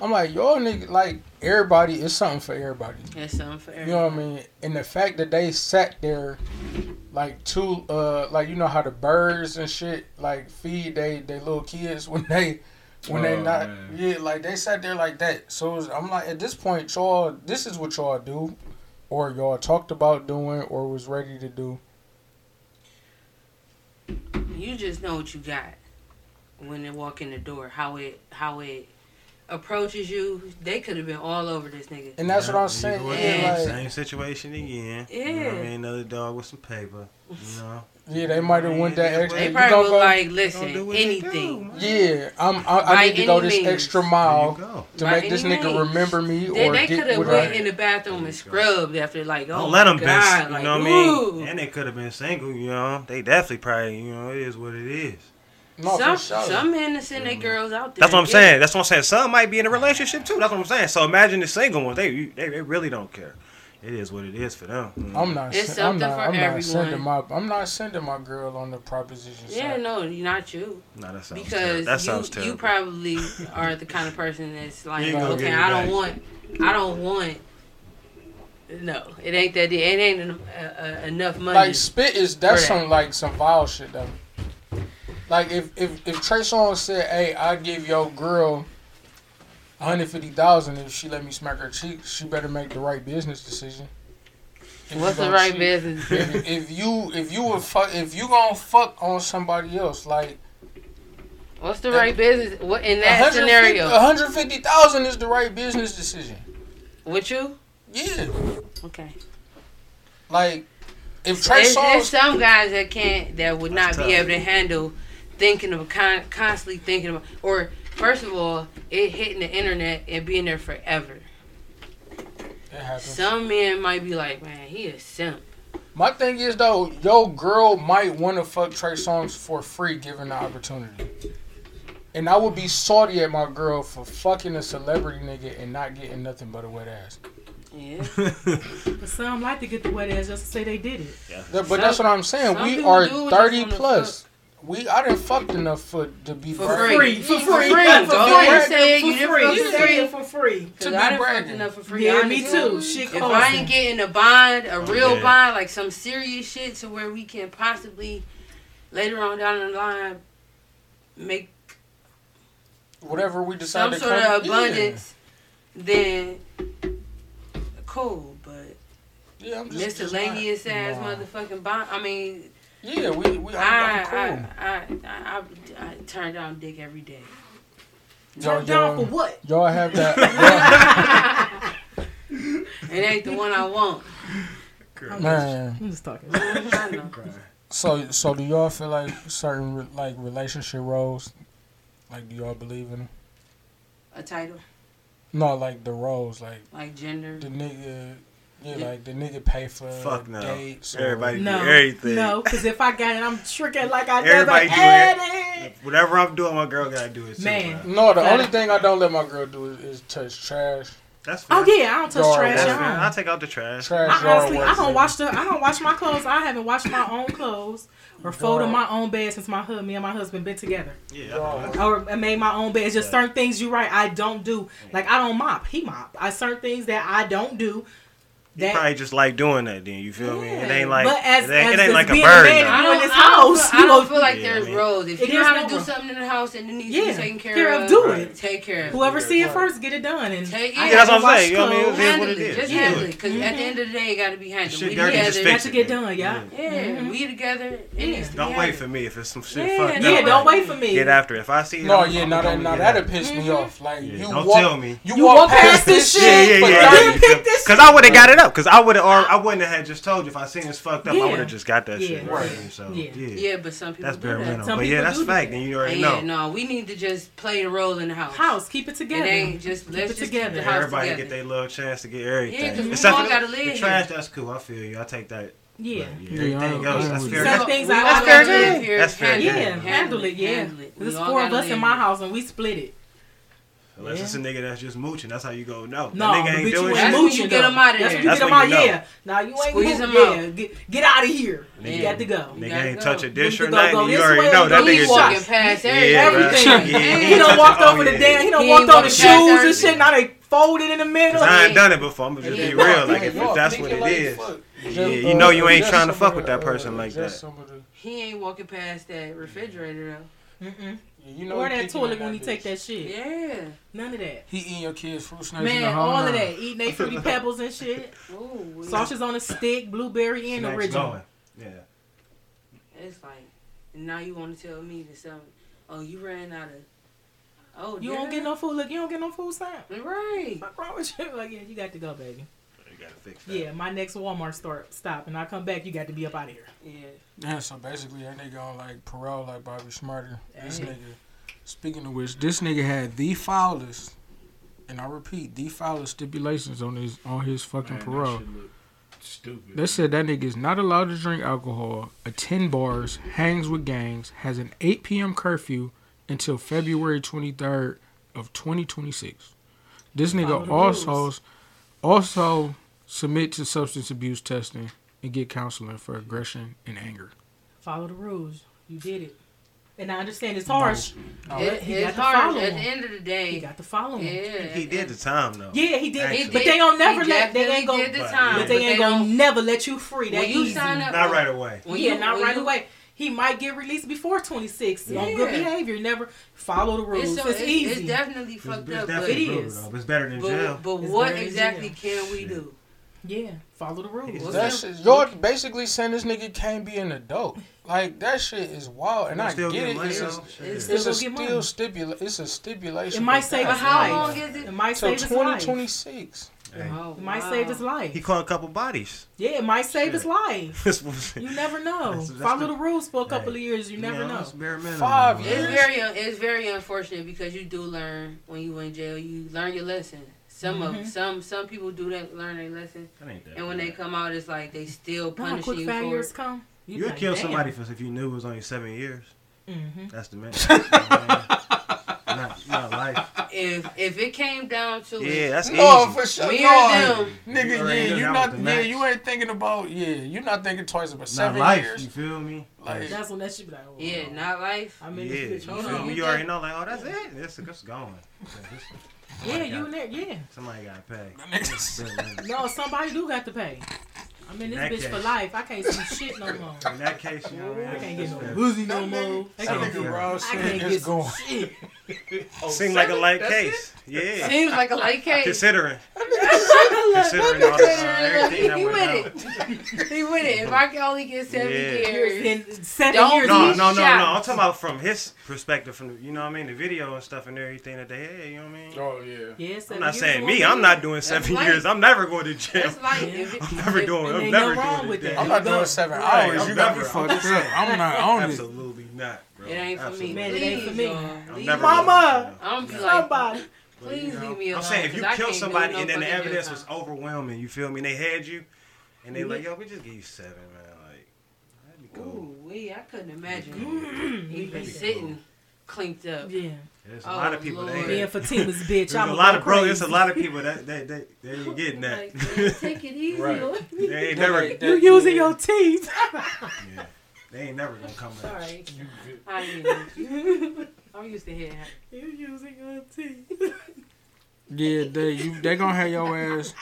D: I'm like, y'all nigga, like everybody is something for everybody.
F: That's something for
D: You know
F: everyone.
D: what I mean? And the fact that they sat there, like two, uh, like you know how the birds and shit like feed they they little kids when they when they
G: Oh,
D: not
G: man.
D: yeah like they sat there like that. So it was- I'm like at this point y'all this is what y'all do, or y'all talked about doing or was ready to do.
F: You just know what you got when they walk in the door. How it how it approaches you. They could have been all over this nigga.
D: And that's what I'm
E: Either
D: saying.
E: way,
D: Yeah, like,
E: Same situation again. You know what I
F: Yeah. Oh
E: mean? Another dog with some paper. You know?
D: yeah they might have went that extra.
F: They
E: You
F: probably
D: gonna
F: was
D: go-
F: like,
E: Gonna
F: listen,
E: do what you do,
F: anything.
E: man. There
D: yeah, I'm, I,
F: By
D: I need to go
F: any
D: this
F: means.
D: extra
E: you
D: mile
E: go.
D: to
F: By
D: make this
F: any
D: nigga
F: means.
D: remember me
F: They,
D: or
F: they could
D: get
F: have
D: with
F: went
D: her.
F: in the bathroom and scrubbed after like, oh
E: Don't let them
F: God,
E: be,
F: like,
E: you know what I
F: ooh.
E: mean? And they could have been single, you know? They definitely probably, you know, it is what it is.
D: No, for
F: some
D: sure.
F: some men that send their girls out there.
E: Mm. That's what I'm
F: Yeah.
E: saying. That's what I'm saying. Some might be in a relationship too. That's what I'm saying. So imagine the single ones. They they, they really don't care. It is what it is for them. Mm, You know?
D: I'm not.
F: It's
D: sen- I'm
F: something
D: not,
F: for
D: I'm
F: everyone.
D: Not sending my, I'm not sending my girl on the proposition.
F: Yeah,
D: side.
F: no, you're not you.
E: Nah, that sounds terrible.
F: because
E: That
F: you,
E: sounds terrible.
F: you probably are the kind of person that's
E: You
F: like,
E: ain't gonna
F: okay,
E: get it
F: I don't
E: back.
F: want, I don't want. No, it ain't that. deep. It ain't en- uh, uh, enough money.
D: Like spit is that's
F: Right.
D: some like some vile shit though. Like if if if Trey Songz said, "Hey, I give your girl." 150,000 if she let me smack her cheek, she better make the right business decision. If you
F: What's the
E: Oh,
D: gonna
F: right
D: cheat.
F: business?
D: if, if you if you would fuck if you gonna fuck on somebody else like
F: What's the right business? What in that
D: 150
E: uh,
F: scenario
D: 150,000 is the right business decision.
F: with you?
D: Yeah.
F: Okay.
D: Like if Trey
F: There's, there's
D: Songz
F: some guys that can't, that would not
E: That's
F: be
E: tough.
F: able to handle thinking of con- constantly thinking about, or first of all, it hitting the internet and being there forever.
D: It happens.
F: Some men might be like, man, he a simp.
D: My thing is though, your girl might want to fuck Trey Songz for free given the opportunity. And I would be salty at my girl for fucking a celebrity nigga and not getting nothing but a wet ass.
F: Yeah.
C: But some like to get the wet ass just to say they did it.
D: That- But that's what I'm saying.
F: Some
D: We
F: people
D: are
F: do just
D: 30
F: wanna
D: plus. We I done fucked enough for to be
F: For
D: brag-
F: free.
C: For
F: For
C: free.
F: free.
C: Not For
F: Go ahead and
C: free.
F: say it.
C: For
F: You
C: free.
F: didn't fuck
C: You
F: for
C: say
F: free.
C: it for free.
F: Cause
D: To
F: I
D: be
F: done
D: bragging.
F: fucked enough for free.
C: Yeah, me
F: honestly.
C: too. Shit
F: If I
C: costs.
F: ain't getting a bond,
D: Oh,
F: a real
E: yeah.
F: bond, like some serious shit, to where we can possibly later on down the line make
D: whatever we decide
F: some
D: to
F: sort
D: cover-
F: of abundance, then cool. But
D: Yeah, yeah I'm just, just not-
F: miscellaneous ass
D: nah.
F: motherfucking bond. I mean,
D: Yeah, we we I'm,
F: I,
D: I'm cool.
F: I, I, I, I, I turn down dick every day.
D: Y'all,
C: down for
D: y'all,
C: what?
D: y'all have that.
F: It ain't the one I want.
D: y'all- man.
C: I'm just talking.
F: I know.
D: So, so do y'all feel like certain re- like relationship roles, like do y'all believe in? 'em?
F: A title
D: No, like the roles, like
F: like gender.
D: the nigga, yeah,
F: Yeah.
D: like the nigga pay for
E: Fuck no.
D: dates. or-
E: Everybody
C: No,
E: do everything.
C: no, because if I got it, I'm tricking like I
E: Everybody
C: never
E: do
C: had it.
E: Whatever I'm doing, my girl gotta do it too.
C: Man.
E: bro.
D: No, the
C: Fair.
D: only thing I don't let my girl do is, is touch trash.
E: That's fair.
C: Oh yeah, I don't touch
D: Y'all
C: trash.
E: That's
D: That's
E: fair.
C: I don't.
E: I'll take out the trash.
D: Trash.
C: I honestly,
D: y'all
C: I don't
D: work,
C: wash the, I don't wash my clothes. I haven't washed my own clothes or folded my own bed since my hub, me and my husband been together.
E: Yeah. I
D: y'all
E: know.
D: work.
C: Or I made my own bed. It's just certain things you right. I don't do. Like I don't mop. He mop. I certain things that I don't do.
E: You
C: That
E: probably just like doing that then. You feel me? It
C: Yeah.
E: ain't like
C: But as-
E: it ain't, it
C: as
E: ain't like a
C: being
E: bird.
C: married,
E: though.
C: you in this house,
F: I don't, feel, I
C: you
F: don't
C: know-
F: feel like
E: Yeah,
F: there's
E: I mean-
F: roles. If
C: It
F: you know
C: is
F: how to
C: no
F: do
C: role.
F: something in the house and it needs to
C: Yeah,
F: be taken care,
C: care
F: of,
C: of, do it.
F: Take care of. it.
C: whoever see it first, get it done. And
F: Take it.
C: I
F: Yeah,
C: gotta
E: that's what I'm
C: wash
E: saying. You know what I mean?
C: clothes.
E: It is
F: Handle
E: what it
F: it.
E: is.
F: Just
E: You do
F: handle it.
E: it.
F: Because at the end of the day, it got to be handled.
E: Shit
F: we
E: dirty,
F: together.
E: just fix
C: Got to get done, y'all.
F: Yeah, we together. It needs to
E: Don't
F: be
E: wait
F: handled.
E: for me if it's some shit
F: Yeah,
E: fucked
F: no.
C: Yeah,
E: up.
C: don't wait for me.
E: Get after it. If I see it,
D: No,
E: I'm-
D: yeah,
E: I'm
D: no, that,
E: gonna
D: no,
E: get
D: that'll
E: after it.
D: piss me off. Like
G: Yeah,
D: you
E: don't
D: walk,
E: tell me.
D: you, walk past this shit.
E: Yeah, yeah,
D: but
E: yeah.
D: that-
C: You didn't pick this
E: Cause I would have got it up. Cause I would have, or I wouldn't have just told you if I seen it's fucked up.
C: Yeah.
E: I would have just got that shit.
C: Yeah.
E: Right.
D: Right.
E: So
C: Yeah.
E: yeah,
F: Yeah, but some people
E: that's
F: do
E: bare
F: that.
E: minimum.
C: Some
E: But yeah,
C: people
E: that's
C: do do
E: fact.
C: that.
E: And you already
F: yeah,
E: know.
F: no, we need to just play the role in the house.
C: House, keep it
F: It
C: together.
F: ain't just let's
C: it
F: just
C: together.
F: keep the house
E: Everybody
F: together.
E: get their little chance to get everything.
F: Yeah, 'cause we
E: Except
F: all
E: for
F: gotta
E: the,
F: live.
E: the trash. That's cool. I feel you. I take that.
C: Yeah.
D: Yeah,
E: But,
D: I
E: Everything
D: don't-
E: else,
D: I
E: that's
D: don't
E: fair.
C: really-
E: That's-
C: Some things
F: we
C: I-
F: all
C: that's
F: gotta
C: fair
F: live
E: game.
F: here.
E: That's fair
F: Handle
C: Yeah,
F: it,
E: game.
C: handle it. Yeah,
F: handle it. We
C: there's
F: all
C: four of
F: gotta
C: us in
F: live
C: my
F: here.
C: house and we split it.
E: Unless it's a nigga that's just mooching. That's how you go. No,
C: No,
E: that nigga
C: but
E: ain't
C: you ain't
E: doing shit.
F: That's when you
C: mooching
F: get
C: though.
F: 'em
C: That's
F: outta there.
C: when you
E: That's
C: get them
E: when
C: out.
E: you know.
C: Yeah. Now you ain't
F: Squeeze
C: mooching.
F: 'em
C: Yeah.
F: out.
C: Get, get out of here. You
E: Nigga.
C: got to go.
E: Nigga
F: gotta
E: ain't
F: go.
E: touch a dish
C: You
E: or
C: go- go
E: nothing. You
C: this
E: already
C: way,
E: know that
C: go
F: He
C: this
E: nigga.
C: way.
F: walking past
E: Yeah,
F: everything.
E: bruh.
C: Everything.
E: Yeah,
C: He
E: yeah,
C: done
E: touch
C: walked
E: it. Oh,
C: over the
E: yeah.
C: damn. He done
F: He
C: walked
F: ain't
C: over the
F: walking past
C: shoes and
F: everything.
C: shit. Now they folded in the middle.
E: Cause I ain't
F: Yeah.
E: done it before. I'm just
F: Yeah.
E: be real. Like
D: Yeah,
E: if,
D: y'all
E: if that's
D: think
E: what
D: it
E: it
D: like
E: is,
D: fuck.
E: yeah,
D: Just,
E: you know
D: uh,
E: you ain't
D: adjust
E: trying to
D: some of
E: fuck with
D: the,
E: that person
D: uh,
E: like
D: adjust
E: that.
D: some of the-
F: He ain't walking past that refrigerator though.
C: Mm-mm.
D: yeah, you know
C: Or
D: he
C: that
D: peeking
C: toilet
D: in
C: when you
D: that
C: take
D: bitch.
C: that shit.
F: Yeah.
C: None of that.
D: He eating your kids' fruit snacks. in the
C: Man,
D: home
C: all of
D: now.
C: that. Eating they fruity pebbles and shit.
F: Ooh, we-
C: Sausage on a stick, blueberry and
E: Snacks
C: original.
E: going. Yeah.
F: It's like now you want to tell me that something. Oh, you ran out of. Oh,
C: You don't
F: yeah?
C: get no food. Look, you don't get no food stamp.
F: Right.
C: What's wrong with you? Like, yeah, you got to go, baby.
E: You gotta fix that.
C: Yeah, my next Walmart start stop, and I come back. You got to be up out of here.
F: Yeah.
D: Yeah, so basically that nigga on like parole like Bobby Smarter. This
C: Dang.
D: nigga speaking of which, this nigga had the foulest and I repeat, the foulest stipulations on his on his fucking
G: Man, that
D: parole.
G: shit look Stupid.
D: They said that nigga is not allowed to drink alcohol, attend bars, hangs with gangs, has an eight PM curfew until February twenty third of twenty twenty six. This
C: Follow the
D: nigga
C: rules.
D: also also submit to substance abuse testing and get counseling for aggression and anger.
C: Follow the rules. You did it, and I understand it's harsh.
F: It,
C: he got
F: it's
C: to
F: hard.
C: follow
F: At the
C: him.
F: end of the
C: He
F: day.
C: got to follow him. Yeah,
F: yeah.
E: He did the time though.
C: he did,
E: Actually.
C: but they don't
F: He
C: never let. They
F: definitely
C: ain't gonna.
F: did the
E: But-
F: time,
C: But they ain't gonna
F: don't-
C: never let you free. That
F: When you
C: easy.
F: sign up,
E: Not right away.
F: When
C: yeah,
F: you,
C: not
F: when
C: right
F: you-
C: away. He might get released before 26 on good
F: Yeah.
C: behavior. Never follow the rules.
F: It's,
C: It's,
F: so, it's,
C: easy.
F: it's definitely
E: It's,
F: fucked
E: it's
F: up.
E: definitely
C: It
E: brutal,
C: is.
E: though. It's better than
F: But, but,
E: jail.
F: but
C: It's
F: what
C: very
F: exactly
C: jail.
F: can we do?
C: yeah, follow the rules.
E: It's
D: That shit, y'all basically saying this nigga can't be an adult. Like that shit is wild, and
E: You
D: I
E: still
D: get
E: get
D: it.
E: money,
D: It's a,
E: though. Shit.
F: it's
D: it's
C: Still
D: a
C: gonna get
D: still
C: money.
D: stipula- It's a stipulation.
C: It might
D: but
C: save
F: But
C: his
D: that's
F: how
C: life.
F: long is it?
C: It might
D: Till
C: save his life.
D: twenty
C: It
D: twenty six.
E: Hey,
F: Oh,
C: might
F: wow.
C: save his life.
E: He caught a couple bodies.
C: Yeah, it might save his
E: Shit.
C: life.
E: That's what I'm saying.
C: You never know.
E: That's- that's
C: Follow
E: the-
C: the, rules for a couple of years. You never
E: Yeah,
C: know.
E: it's bare minimum.
D: Five
E: Yeah.
D: years.
F: It's very it's very unfortunate because you do learn when you in jail. You learn your lesson. Some
C: Mhm.
F: of some some people do that learn their lesson,
E: That ain't that
F: and when they
E: bad.
F: come out, it's like they still
C: Now, how
F: punishing
C: quick
F: you
C: five
F: for
C: years
F: it.
C: come.
E: you would kill somebody for, if you knew it was only seven years.
C: Mm-hmm.
E: That's the man. You know what I mean? not, not life.
F: If if it came down to
E: Yeah,
F: it,
E: that's
D: No,
E: easy.
D: Oh, for sure.
F: me
D: No,
F: or them,
E: You
D: nigga,
E: already
D: yeah,
E: done
D: you
E: that
D: not,
E: with the
D: yeah,
E: max.
D: you ain't thinking about, yeah, you not thinking twice about
E: Not
D: seven
E: life. You
D: years.
E: feel me?
D: Like,
C: That's when that should be like, oh,
F: yeah,
C: no.
F: not life.
C: I'm
E: yeah,
C: in
E: you
C: this bitch.
E: feel
C: Hold
F: Hold
E: me?
C: on.
F: on.
E: You already know, like, oh, that's it. That's, that's gone.
C: Yeah, you in there. Yeah.
E: Somebody got to pay.
D: niggas,
E: Bare minimum.
C: No, somebody do got to pay. I'm in this
E: that
C: bitch for
E: case.
C: life. I can't see shit no more.
E: In that case, you know what
C: I
E: I
C: can't
E: mean?
C: get no
E: It's-
D: Boozy no more.
C: I
D: That
C: can't
D: nigga
E: get-
D: raw
C: I can't
D: shit
C: get
D: is
C: some
D: gone.
C: shit.
E: Seemed like a light case. Yeah.
F: Seems like a light case.
E: Considering. Considering all the, uh, everything that
F: He
E: went down.
F: with it. He with it. If I can only get seven
E: Yeah.
F: years.
C: In seven
F: Don't
C: years.
E: No,
F: He's
E: no, no, no.
F: shocked.
E: I'm talking about from his perspective, from you know what I mean, the video and stuff and everything that they had. You know what I mean?
D: Oh yeah.
C: Yeah, seven
E: I'm not
C: years
E: saying
C: won't
E: me.
C: do
E: I'm
C: it.
E: not doing seven
F: life.
E: years. I'm never going to jail.
F: That's like if it,
E: I'm never
F: if-
E: doing.
C: ain't
E: I'm
C: no
E: never
C: wrong
E: doing
C: with
E: with
C: that.
E: that.
D: I'm not
C: Go.
D: doing seven
E: Right,
D: hours.
E: I'm
D: You got me
E: never-
D: fucked up. I'm not on it.
E: Absolutely not, bro.
F: It ain't for
E: Absolutely.
F: me.
C: Man, it ain't for me.
F: Please, y'all.
E: I'm
F: Leave
E: never
F: me.
E: going to
C: Mama.
E: jail.
F: I'm be like,
C: Somebody.
F: please
D: know,
F: leave me alone.
E: I'm saying if you
F: 'cause I
E: killed
F: can't do
E: somebody
F: no
E: and then the
F: fucking
E: evidence
F: jail
E: was
F: time.
E: overwhelming, you feel me? They had you, and they like, yo, we just give you seven, man. Like, that'd be cool.
F: Ooh, wee, I couldn't imagine. He'd be sitting clinked up.
C: Mm-hmm. Yeah.
E: There's a lot of
F: Oh,
E: people
F: Lord.
E: that.
C: Being
E: ain't-
C: Fatima's bitch.
E: There's
C: I'm
E: a lot of bro. There's a lot of people that they they they ain't getting that.
F: Like, man, take it easy.
D: Right.
F: Lord.
E: They ain't never.
D: That-
C: You using your teeth.
E: They ain't never gonna come back.
F: Sorry.
D: You good.
F: I ain't even- I'm used to hearing her.
C: you using your teeth.
D: Yeah, they you they gonna have your ass.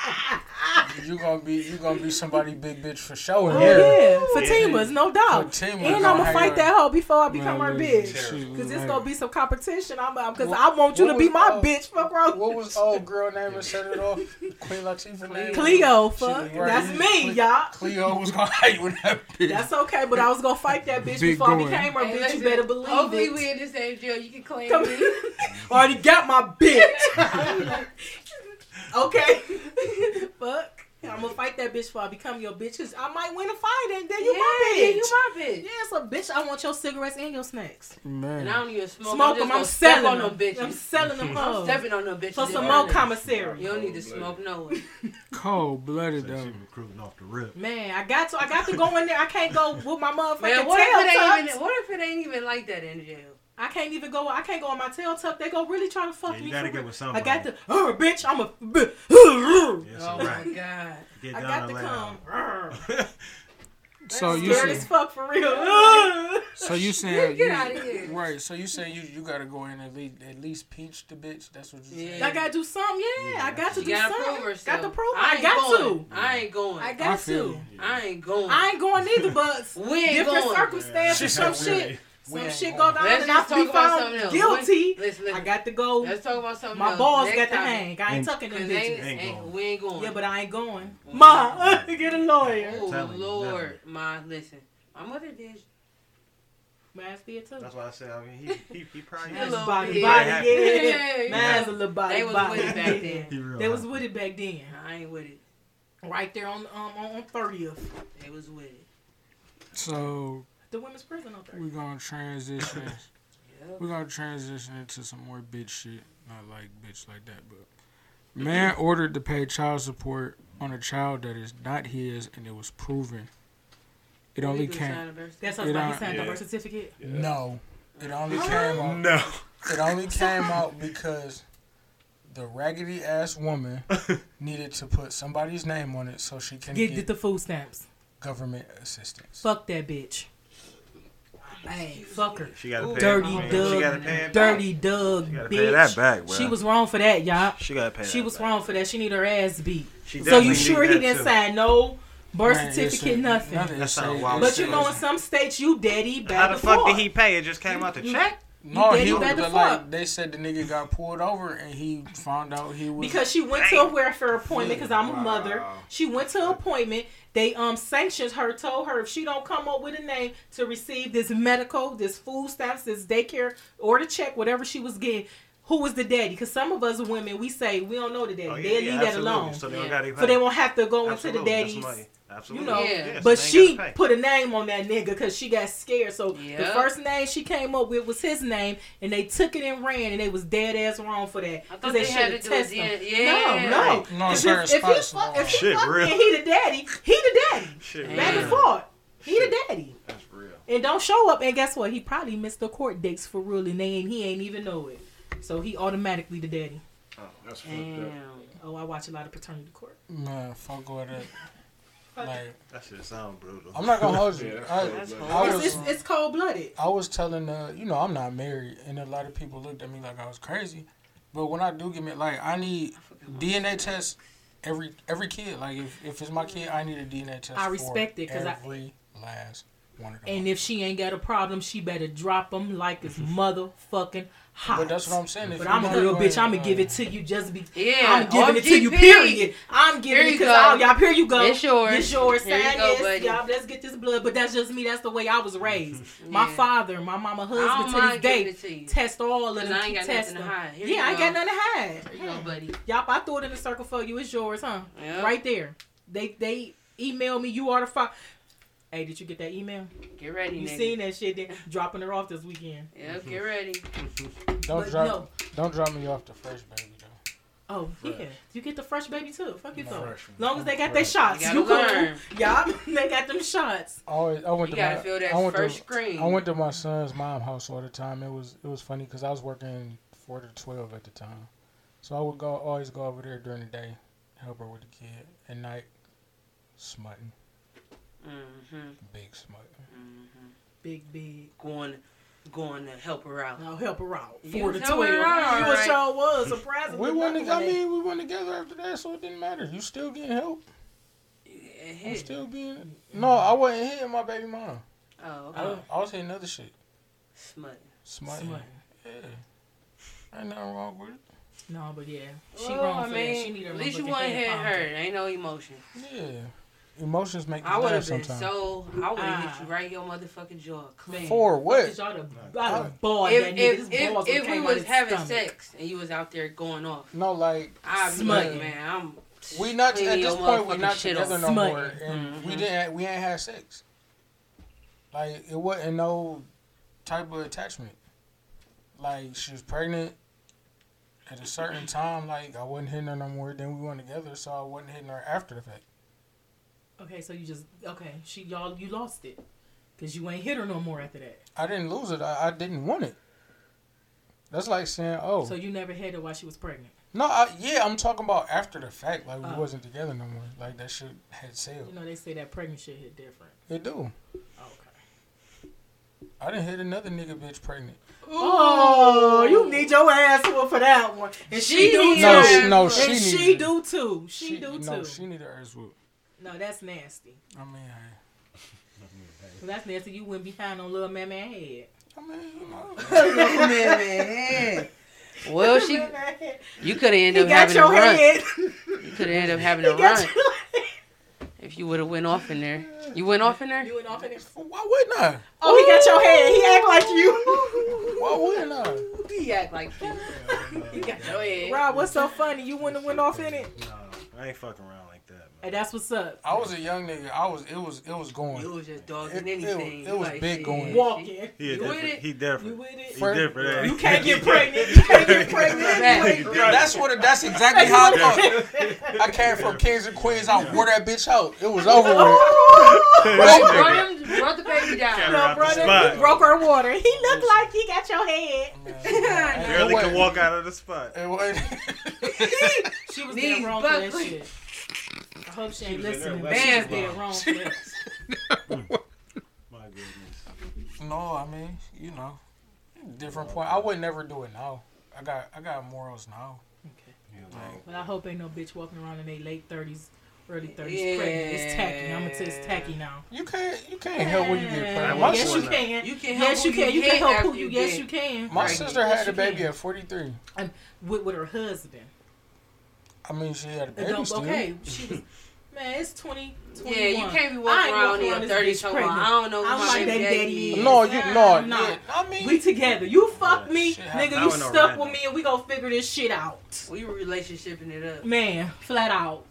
D: You gonna be you gonna be somebody big bitch for sure.
C: Oh,
D: here.
C: yeah. Fatima's, no doubt.
D: Fatima
C: and
D: gonna
C: I'm gonna
D: have
C: fight
D: your-
C: that hoe before I become
D: Man,
C: her
D: listen,
C: bitch.
D: shoot,
C: Cause it's
D: man.
C: gonna be some competition. I'm because
D: What-
C: I want you to
D: what
C: be
D: was,
C: my
D: uh,
C: bitch. Fuck wrong.
D: What was old girl name that set it off? Queen Latifah name?
C: Cleo,
D: She was
C: fuck.
D: right.
C: That's me, y'all.
D: Cleo was gonna hate with that bitch.
C: That's okay, but I was gonna fight that bitch
D: Big
C: before I
D: going.
C: became her
F: Hey,
C: bitch. You
F: listen,
C: better believe
F: Hopefully
C: it.
F: we in the same jail. You can claim
C: Come
F: me.
C: here. Already got my bitch. okay. Fuck. I'm gonna fight that bitch before I become your bitch. Cause I might win a fight and then you
F: yeah,
C: my
F: yeah,
C: bitch.
F: you my bitch.
C: Yeah, so bitch, I want your cigarettes and your snacks.
F: And I
D: Man.
F: don't even smoke.
C: Smoke them.
F: I'm, just
C: I'm
F: gonna step
C: selling
F: on
C: them.
F: them bitches.
C: I'm selling them.
F: I'm
C: hoes.
F: stepping on them bitches.
C: for some
F: in
C: more
F: order.
C: commissary.
F: You don't need to smoke no one.
D: Cold blooded
E: She
D: though.
E: was recruiting off the rip.
C: Man, I got to. I got to go in there. I can't go with my motherfucking
F: Man, what
C: tail
F: if it ain't
C: tucked.
F: even? What if it ain't even like that in jail?
C: I can't even go. I can't go on my tail tuck. They go really trying to fuck
E: Yeah,
C: me.
E: you gotta
C: for
E: get
C: real.
E: with
C: I
E: somebody.
C: got the. Oh, bitch, I'm a. bi-
E: Yes,
F: Oh
E: right.
F: my god.
E: Get
C: I
E: down
C: got
E: to
C: to
E: lay
C: come.
E: down.
D: So you
C: Scared as
D: said,
C: fuck for real.
D: so you saying
F: Get
D: you-
F: out of here.
D: right? So you saying you you gotta go in and at least, at least peach the bitch. That's what you
F: Yeah.
D: saying.
C: I gotta do something. Yeah, I got to
F: You
C: do
F: gotta
C: something.
F: prove herself.
C: Got to prove.
F: I
C: I,
F: ain't
C: got to.
F: going. I ain't going.
C: I
D: I
C: got
D: feel
C: to.
D: you.
F: I ain't going.
C: I ain't going either, but
F: we ain't
C: different
F: going.
E: She
C: circumstances, some
E: said we-
C: shit,
D: we
C: some
D: ain't
C: shit go
D: going.
C: down,
F: Let's
C: and I
F: just
C: be
F: talk about
C: found
F: something else.
C: guilty.
F: Let's- let's-
C: I got to go.
F: Let's talk about something
C: My
F: else.
C: balls
F: Next
C: got to
F: topic.
C: hang. I ain't
E: And-
C: tucking them
F: Cause ain't,
C: bitches.
E: Ain't
F: ain't-
E: going.
F: we ain't going.
C: Yeah, but I ain't going. Ma, get a lawyer.
F: oh
E: Telling you,
F: Lord,
E: never.
F: my listen, my mother did.
C: Mass did too.
E: That's why I said, I mean, he, he, he probably
F: Hello.
C: Mine's
F: little
C: body,
F: bit.
C: body,
E: Yeah.
C: yeah.
F: Yeah.
C: Mine's a little body,
F: They was
C: body.
F: with it back then.
E: He real
C: They was
E: happy.
C: with it back then.
F: I ain't with it.
C: Right there on um on thirtieth,
F: They was with it.
D: So
C: the women's prison on
D: we're
C: thirtieth.
D: gonna transition.
F: Yep.
D: we're gonna transition into some more bitch shit. Not like bitch like that, but man ordered to pay child support on a child that is not his, and it was proven. It only
F: You do sign
D: came.
F: of birth
C: That's
F: certificate.
C: us. Like he
D: Yeah.
C: signed the birth certificate.
D: No, it only came on.
E: No.
D: It only came out because the raggedy ass woman needed to put somebody's name on it so she can
C: Get,
D: get,
C: get the food stamps.
D: government assistance.
C: Fuck that bitch. Hey, fuck her.
E: She gotta pay.
C: Dirty
E: it. She
C: Doug.
E: gotta pay. it back.
C: Dirty Doug,
E: She gotta
C: bitch.
E: pay that back, bro.
C: She was wrong for that, y'all.
E: She gotta pay.
C: She
E: that
C: was
E: back.
C: wrong for that. She need her ass beat.
E: She
C: So you
E: definitely
C: sure he
E: need that,
C: didn't
E: too.
C: sign no birth
D: Man, it's
C: certificate,
D: a-
C: nothing.
D: nothing,
E: That's
D: it's
E: not
D: a-
E: wild
C: But you
E: shit.
C: know, in some states, you daddy back
E: How the
C: and
E: fuck did
C: forth. Mm-hmm.
E: he pay? It just came out the check.
D: No,
C: You
D: he
C: daddy
D: was
C: better
D: but
C: fuck.
D: like they said the nigga got pulled over and he found out he was
C: because she went to a welfare appointment because I'm a mother.
G: Wow.
C: She went to an appointment. They um sanctioned her, told her if she don't come up with a name to receive this medical, this food stamps, this daycare or the check, whatever she was getting, who was the daddy? Because some of us women we say we don't know the daddy.
E: Oh, yeah,
C: they
E: yeah,
C: leave that
E: absolutely.
C: alone, so,
E: So they don't
F: Yeah.
E: gotta pay.
C: they won't have to go into the
E: Absolutely. That's
C: daddies.
E: money. Absolutely.
C: know,
E: Yeah, so
C: But
E: they ain't
C: she
E: gotta pay.
C: put a name on that nigga because she got scared. So the
F: Yeah.
C: first name she came up with was his name, and they took it and ran, and they was dead ass wrong for that.
F: I
C: 'Cause
F: thought they, had to
C: should've
F: do it.
C: tested him.
F: Yeah.
C: No,
F: yeah.
C: no.
D: No,
C: 'Cause
D: certain
C: if, if he
D: spots
C: fuck,
D: don't.
C: if he
E: Shit,
C: fuck
E: real.
C: and he the daddy, he the daddy.
E: Shit,
F: Yeah.
C: Back
E: real.
C: and forth, he the
E: Shit.
C: daddy.
E: That's real.
C: And don't show up, and guess what? He probably missed the court dates for real, and they ain't, he ain't even know it. So he automatically the daddy.
E: Oh,
G: That's fucked
F: Damn.
G: up.
C: Oh, I watch a lot of paternity court.
D: man, fuck all that. Like
E: That shit sound brutal.
C: Oh.
D: I'm not gonna hold you.
G: Yeah,
D: I,
G: that's cool.
D: I
C: It's,
D: was
C: it's, it's cold blooded.
D: I was telling uh you know I'm not married and a lot of people looked at me like I was crazy, but when I do get married, like I need DNA tests every every kid. Like if, if it's my kid, I need a DNA test.
C: I respect
D: for
C: it 'cause I-
D: every last one of them.
C: And if she ain't got a problem, she better drop them like it's
F: Mm-hmm.
C: motherfucking hot.
D: but that's what I'm saying. If
C: But
D: you
C: I'm a
D: wanna
C: real
D: go
C: bitch.
D: and,
C: I'm gonna
D: uh,
C: give it to you just be.
F: Yeah,
C: I'm giving it to you.
F: OGP.
C: Period. I'm giving it
F: Here you
C: because
F: go.
C: all y'all. Here you go.
F: It's yours.
C: It's yours.
F: Here you
C: Sign
F: go,
C: this,
F: buddy.
C: y'all. Let's get this blood. But that's just me. That's the way I was raised. My
F: Mm-hmm. Yeah.
C: father, my mama,
F: I
C: husband
F: don't
C: to this
F: mind giving
C: day
F: it to you.
C: test all of
F: 'Cause
C: them.
F: I ain't
C: keep
F: got
C: test
F: nothing to
C: them.
F: hide. Here
C: yeah,
F: you
C: I ain't got
F: go.
C: nothing to hide.
F: There you go, buddy.
C: Y'all, I threw it in the circle for you. It's yours, huh?
F: Yep.
C: Right there. They they email me. You are the fi Hey, did you get that email?
F: Get ready,
C: You
F: nigga.
C: seen that shit? Then dropping her off this weekend.
F: Yep,
D: Mm-hmm.
F: get ready.
D: Don't
C: But
D: drop.
C: no.
D: Don't drop me off the fresh baby though.
C: Oh yeah, you get the fresh baby too. Fuck you
D: No,
C: though. As
G: fresh.
C: long as they got their shots,
F: You
C: you cool.
F: gotta learn.
C: Y'all, they got them shots.
D: I always I went
F: You
D: to
F: gotta
D: my,
F: feel that
D: I went
F: first
D: to,
F: screen.
D: I went to my son's mom house all the time. It was it was funny because I was working four to twelve at the time, so I would go always go over there during the day, help her with the kid. At night, smutting,
F: Mm-hmm.
D: big smutting.
C: Big big.
F: Going, going to help her out.
C: I'll help her out.
F: You
C: Four to
F: help
C: twelve.
F: her out,
C: You a
F: alright.
C: show was surprising.
D: We
C: with nothing
D: went. To, I
C: like that.
D: mean, we went together after that, so it didn't matter. You still getting help?
F: Yeah,
D: I'm
F: hit.
D: still being. No, I wasn't hitting my baby mom.
F: oh, okay.
D: I was, I was hitting other shit,
F: Smut.
D: smutting.
C: Smutting.
D: Yeah, ain't nothing wrong with it.
C: no, but yeah, she
F: Well,
C: wrong
F: I
C: for
F: mean,
C: that. She need her
F: Oh, At least you
C: motherfucking
F: wasn't
C: head
F: hit
C: pounded.
F: her. Ain't no emotion.
D: Yeah, emotions make you
F: I would
D: laugh
F: have been
D: sometimes.
F: so. I would have
C: Ah.
F: hit you right in your motherfucking jaw, clean.
D: For
C: Cause
D: what?
C: y'all the, y'all the
D: God.
C: ball
F: if
C: that
F: if,
C: nigga. His balls
F: if, if
C: came
F: we
C: out
F: was
C: his
F: having
C: stomach.
F: sex and you was out there going off,
D: No, like
F: I'd be
C: Smut.
F: like, man, I'm.
D: we not
F: cleaning
D: at this
F: your
D: point. We're
F: motherfucking
D: not
F: shit
D: together
F: off.
D: no
C: Smutting.
D: more, and we
F: Mhm.
D: didn't. We ain't had sex. Like it wasn't no type of attachment. Like she was pregnant. At a certain time, like I wasn't hitting her no more. Then we went together, so I wasn't hitting her after the fact.
C: Okay, so you just okay. She y'all you lost it, cause you ain't hit her no more after that.
D: I didn't lose it. I, I didn't want it. That's like saying, oh,
C: So you never had her while she was pregnant.
D: no, I, yeah, I'm talking about after the fact. Like we
C: Oh.
D: wasn't together no more. Like that shit had
C: You
D: sailed.
C: know they say that pregnant shit hit different.
D: It do.
C: Okay.
D: I didn't hit another nigga bitch pregnant.
C: Oh, you need your ass whooped for that one. And she,
F: She
C: do
F: need
C: too.
F: her ass
D: No, no,
C: and
D: she
C: she,
D: needs it.
C: do too. She, do too.
D: No,
C: No,
D: she need an earth whoop.
C: that's nasty.
D: I mean, hey,
C: That's nasty. You went behind on little man man head.
D: I mean, you know,
F: Well, she, you could have
C: he
F: ended up
C: got
F: having a
C: your
F: run.
C: head.
F: You could have ended up having
C: He
F: a
C: got
F: run
C: your
F: if you would have went off in there. You went off in there.
C: You went off in there.
D: why wouldn't I?
C: Oh, he got your head. He act like you.
D: Why wouldn't I?
F: He act like you. you got your head.
C: Rob, what's so funny? You wouldn't have went off in it.
E: I ain't fucking around like that, man.
C: Hey, that's what's up.
D: I was a young nigga. I was. It was. It was
F: It
D: going.
F: was just
D: It-
F: dogging
D: it was-
F: anything.
D: it was
F: like,
D: big
F: shit.
D: going.
C: Walking.
E: He a
F: You with
E: different.
F: it?
E: He
C: You
E: different.
C: with it?
E: He
D: First-
E: different. eh?
C: You can't get pregnant. You can't get
F: Back.
C: pregnant.
D: That's what. That's exactly how I felt. I came from Kings and Queens. I wore that bitch out. It was over with.
C: Oh.
E: Right.
F: Brought, him, brought the baby down.
E: Out the spot.
C: broke her water. He looked like he got your head.
E: Barely
D: It
E: can
D: wasn't-
E: walk out of the spot.
D: It wasn't.
C: She was
F: Knees
C: dead wrong for that
F: buckling.
C: shit. I hope she ain't
E: was
C: listening.
E: in there
C: but She was
F: laughing.
C: dead wrong for that.
E: My goodness.
D: No, I mean, you know, different point. I would never do it now. I got. I got morals now.
E: You know,
C: But I hope ain't no bitch walking around in their late thirties, early thirties,
F: Yeah.
C: pregnant. It's tacky. I'm gonna say it's tacky now.
D: You can't. You can't help when you get pregnant.
E: That
D: My,
E: was
C: yes,
D: sis-
C: you
E: one
C: can.
F: You can help
C: Yes, you
F: who you
C: can. You
F: get
C: can help who
F: after
C: you.
F: you
C: Yes,
F: get.
C: you can.
D: my
F: Right.
D: sister
C: Yes,
D: had
C: you
D: a baby
C: can.
D: at 43.
C: And with, with her husband.
D: I mean, she had a
C: It
D: baby
C: don't-
D: still.
C: okay, she was. Man, it's 20, 21.
F: Yeah, you can't
C: I
F: be walking
C: ain't
F: around in your
C: this
F: 30s
C: bitch
F: talking about,
C: pregnant.
F: I don't know who
C: I'm
F: my
C: like
F: baby
C: they
F: daddy
C: daddy.
F: is.
D: No, you no.
C: Nah.
D: yeah, I mean,
C: We together. You fuck me,
D: shit, how-
C: nigga.
E: now
C: You
E: I know
C: stuck
E: random.
C: with me, and we gonna figure this shit out.
F: We were relationshiping it up.
C: Man, flat out.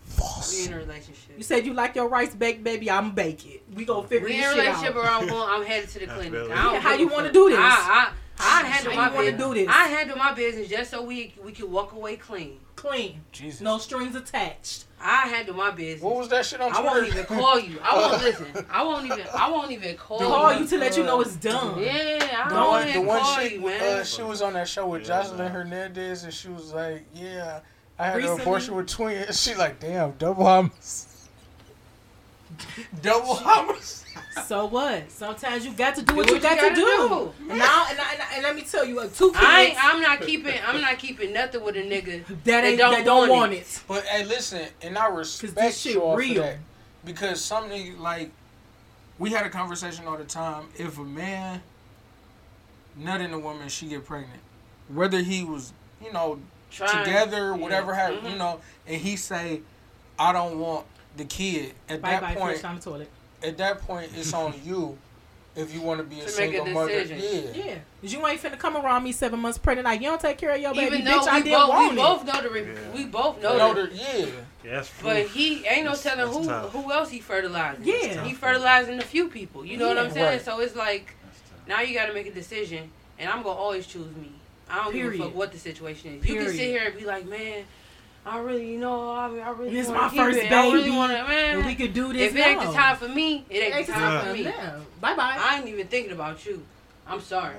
F: We in a relationship.
C: You said you like your rice baked, baby. I'm bake it. We gonna figure
F: We
C: this
F: in a
C: shit
F: relationship
C: out.
F: or I'm going, I'm headed to the
E: That's
F: clinic.
E: really-
F: I don't
C: How
F: give
C: you
F: a
C: wanna
F: fuck.
C: do this?
F: I, I, I handle
C: How
F: my
C: you wanna
F: business.
C: do this?
F: I handle my business just so we we can walk away clean.
C: Clean,
D: Jesus.
C: no strings attached.
F: I handle my business.
D: What was that shit on
F: I
D: Twitter?
F: won't even call you. I won't listen. I won't even. I won't even call,
C: Call you to let you know it's done.
F: Oh Yeah, I
D: The one,
F: won't
D: the
F: even
D: one
F: call
D: she,
F: you, man.
D: uh, she was on that show with
E: Yeah,
D: Jocelyn
E: nah.
D: Hernandez, and she was like, "Yeah, I had
C: Recently?
D: an abortion with twins." She like, "Damn, double hummus." Double homicide.
C: So what? Sometimes you got to do what,
F: What
C: you,
F: you
C: got
F: gotta
C: to do.
F: do.
C: Now, and, I, and, I- and let me tell you, uh, two kids
F: I ain't, I'm not keeping. I'm not keeping nothing with a nigga
C: that ain't that don't, want it.
D: But hey, listen, and I respect
C: this shit
D: y'all
C: real.
D: for that because some niggas like we had a conversation all the time. If a man nutting a woman, she get pregnant, whether he was you know
F: Trying.
D: together,
F: Yeah.
D: whatever happened,
F: Mhm.
D: you know, and he say, I don't want the kid. At
C: Bye
D: that
C: bye.
D: point,
C: First time toilet.
D: at that point, it's on you if you want to be a
F: To make a
D: single mother.
F: decision.
D: Yeah.
C: Yeah, 'Cause you ain't finna come around me seven months pregnant. Like you don't take care of your baby,
F: Even though
C: bitch. I
F: we,
C: did
F: both,
C: want
F: we
C: it.
F: both know the re- we both know
D: No,
F: the
D: there- yeah.
E: Yeah, that's true.
F: But he ain't no
E: That's-
F: telling
E: that's
F: who
E: tough.
F: who else he fertilizing.
C: Yeah.
F: he fertilizing a few people. You know what I'm
D: Yeah.
F: saying?
D: Right.
F: So it's like now you got to make a decision, and I'm gonna always choose me. I don't give
C: Period.
F: a fuck what the situation is. You can sit
C: Period.
F: here and be like, man, I really, you know, I, I really.
C: And it's
F: wanna
C: my
F: keep
C: first
F: it. I really
C: baby,
F: wanna, man.
C: And we could do this.
F: if it ain't
C: now.
F: the time for me, it ain't, the time for me.
C: Bye bye.
F: I ain't even thinking about you. I'm sorry.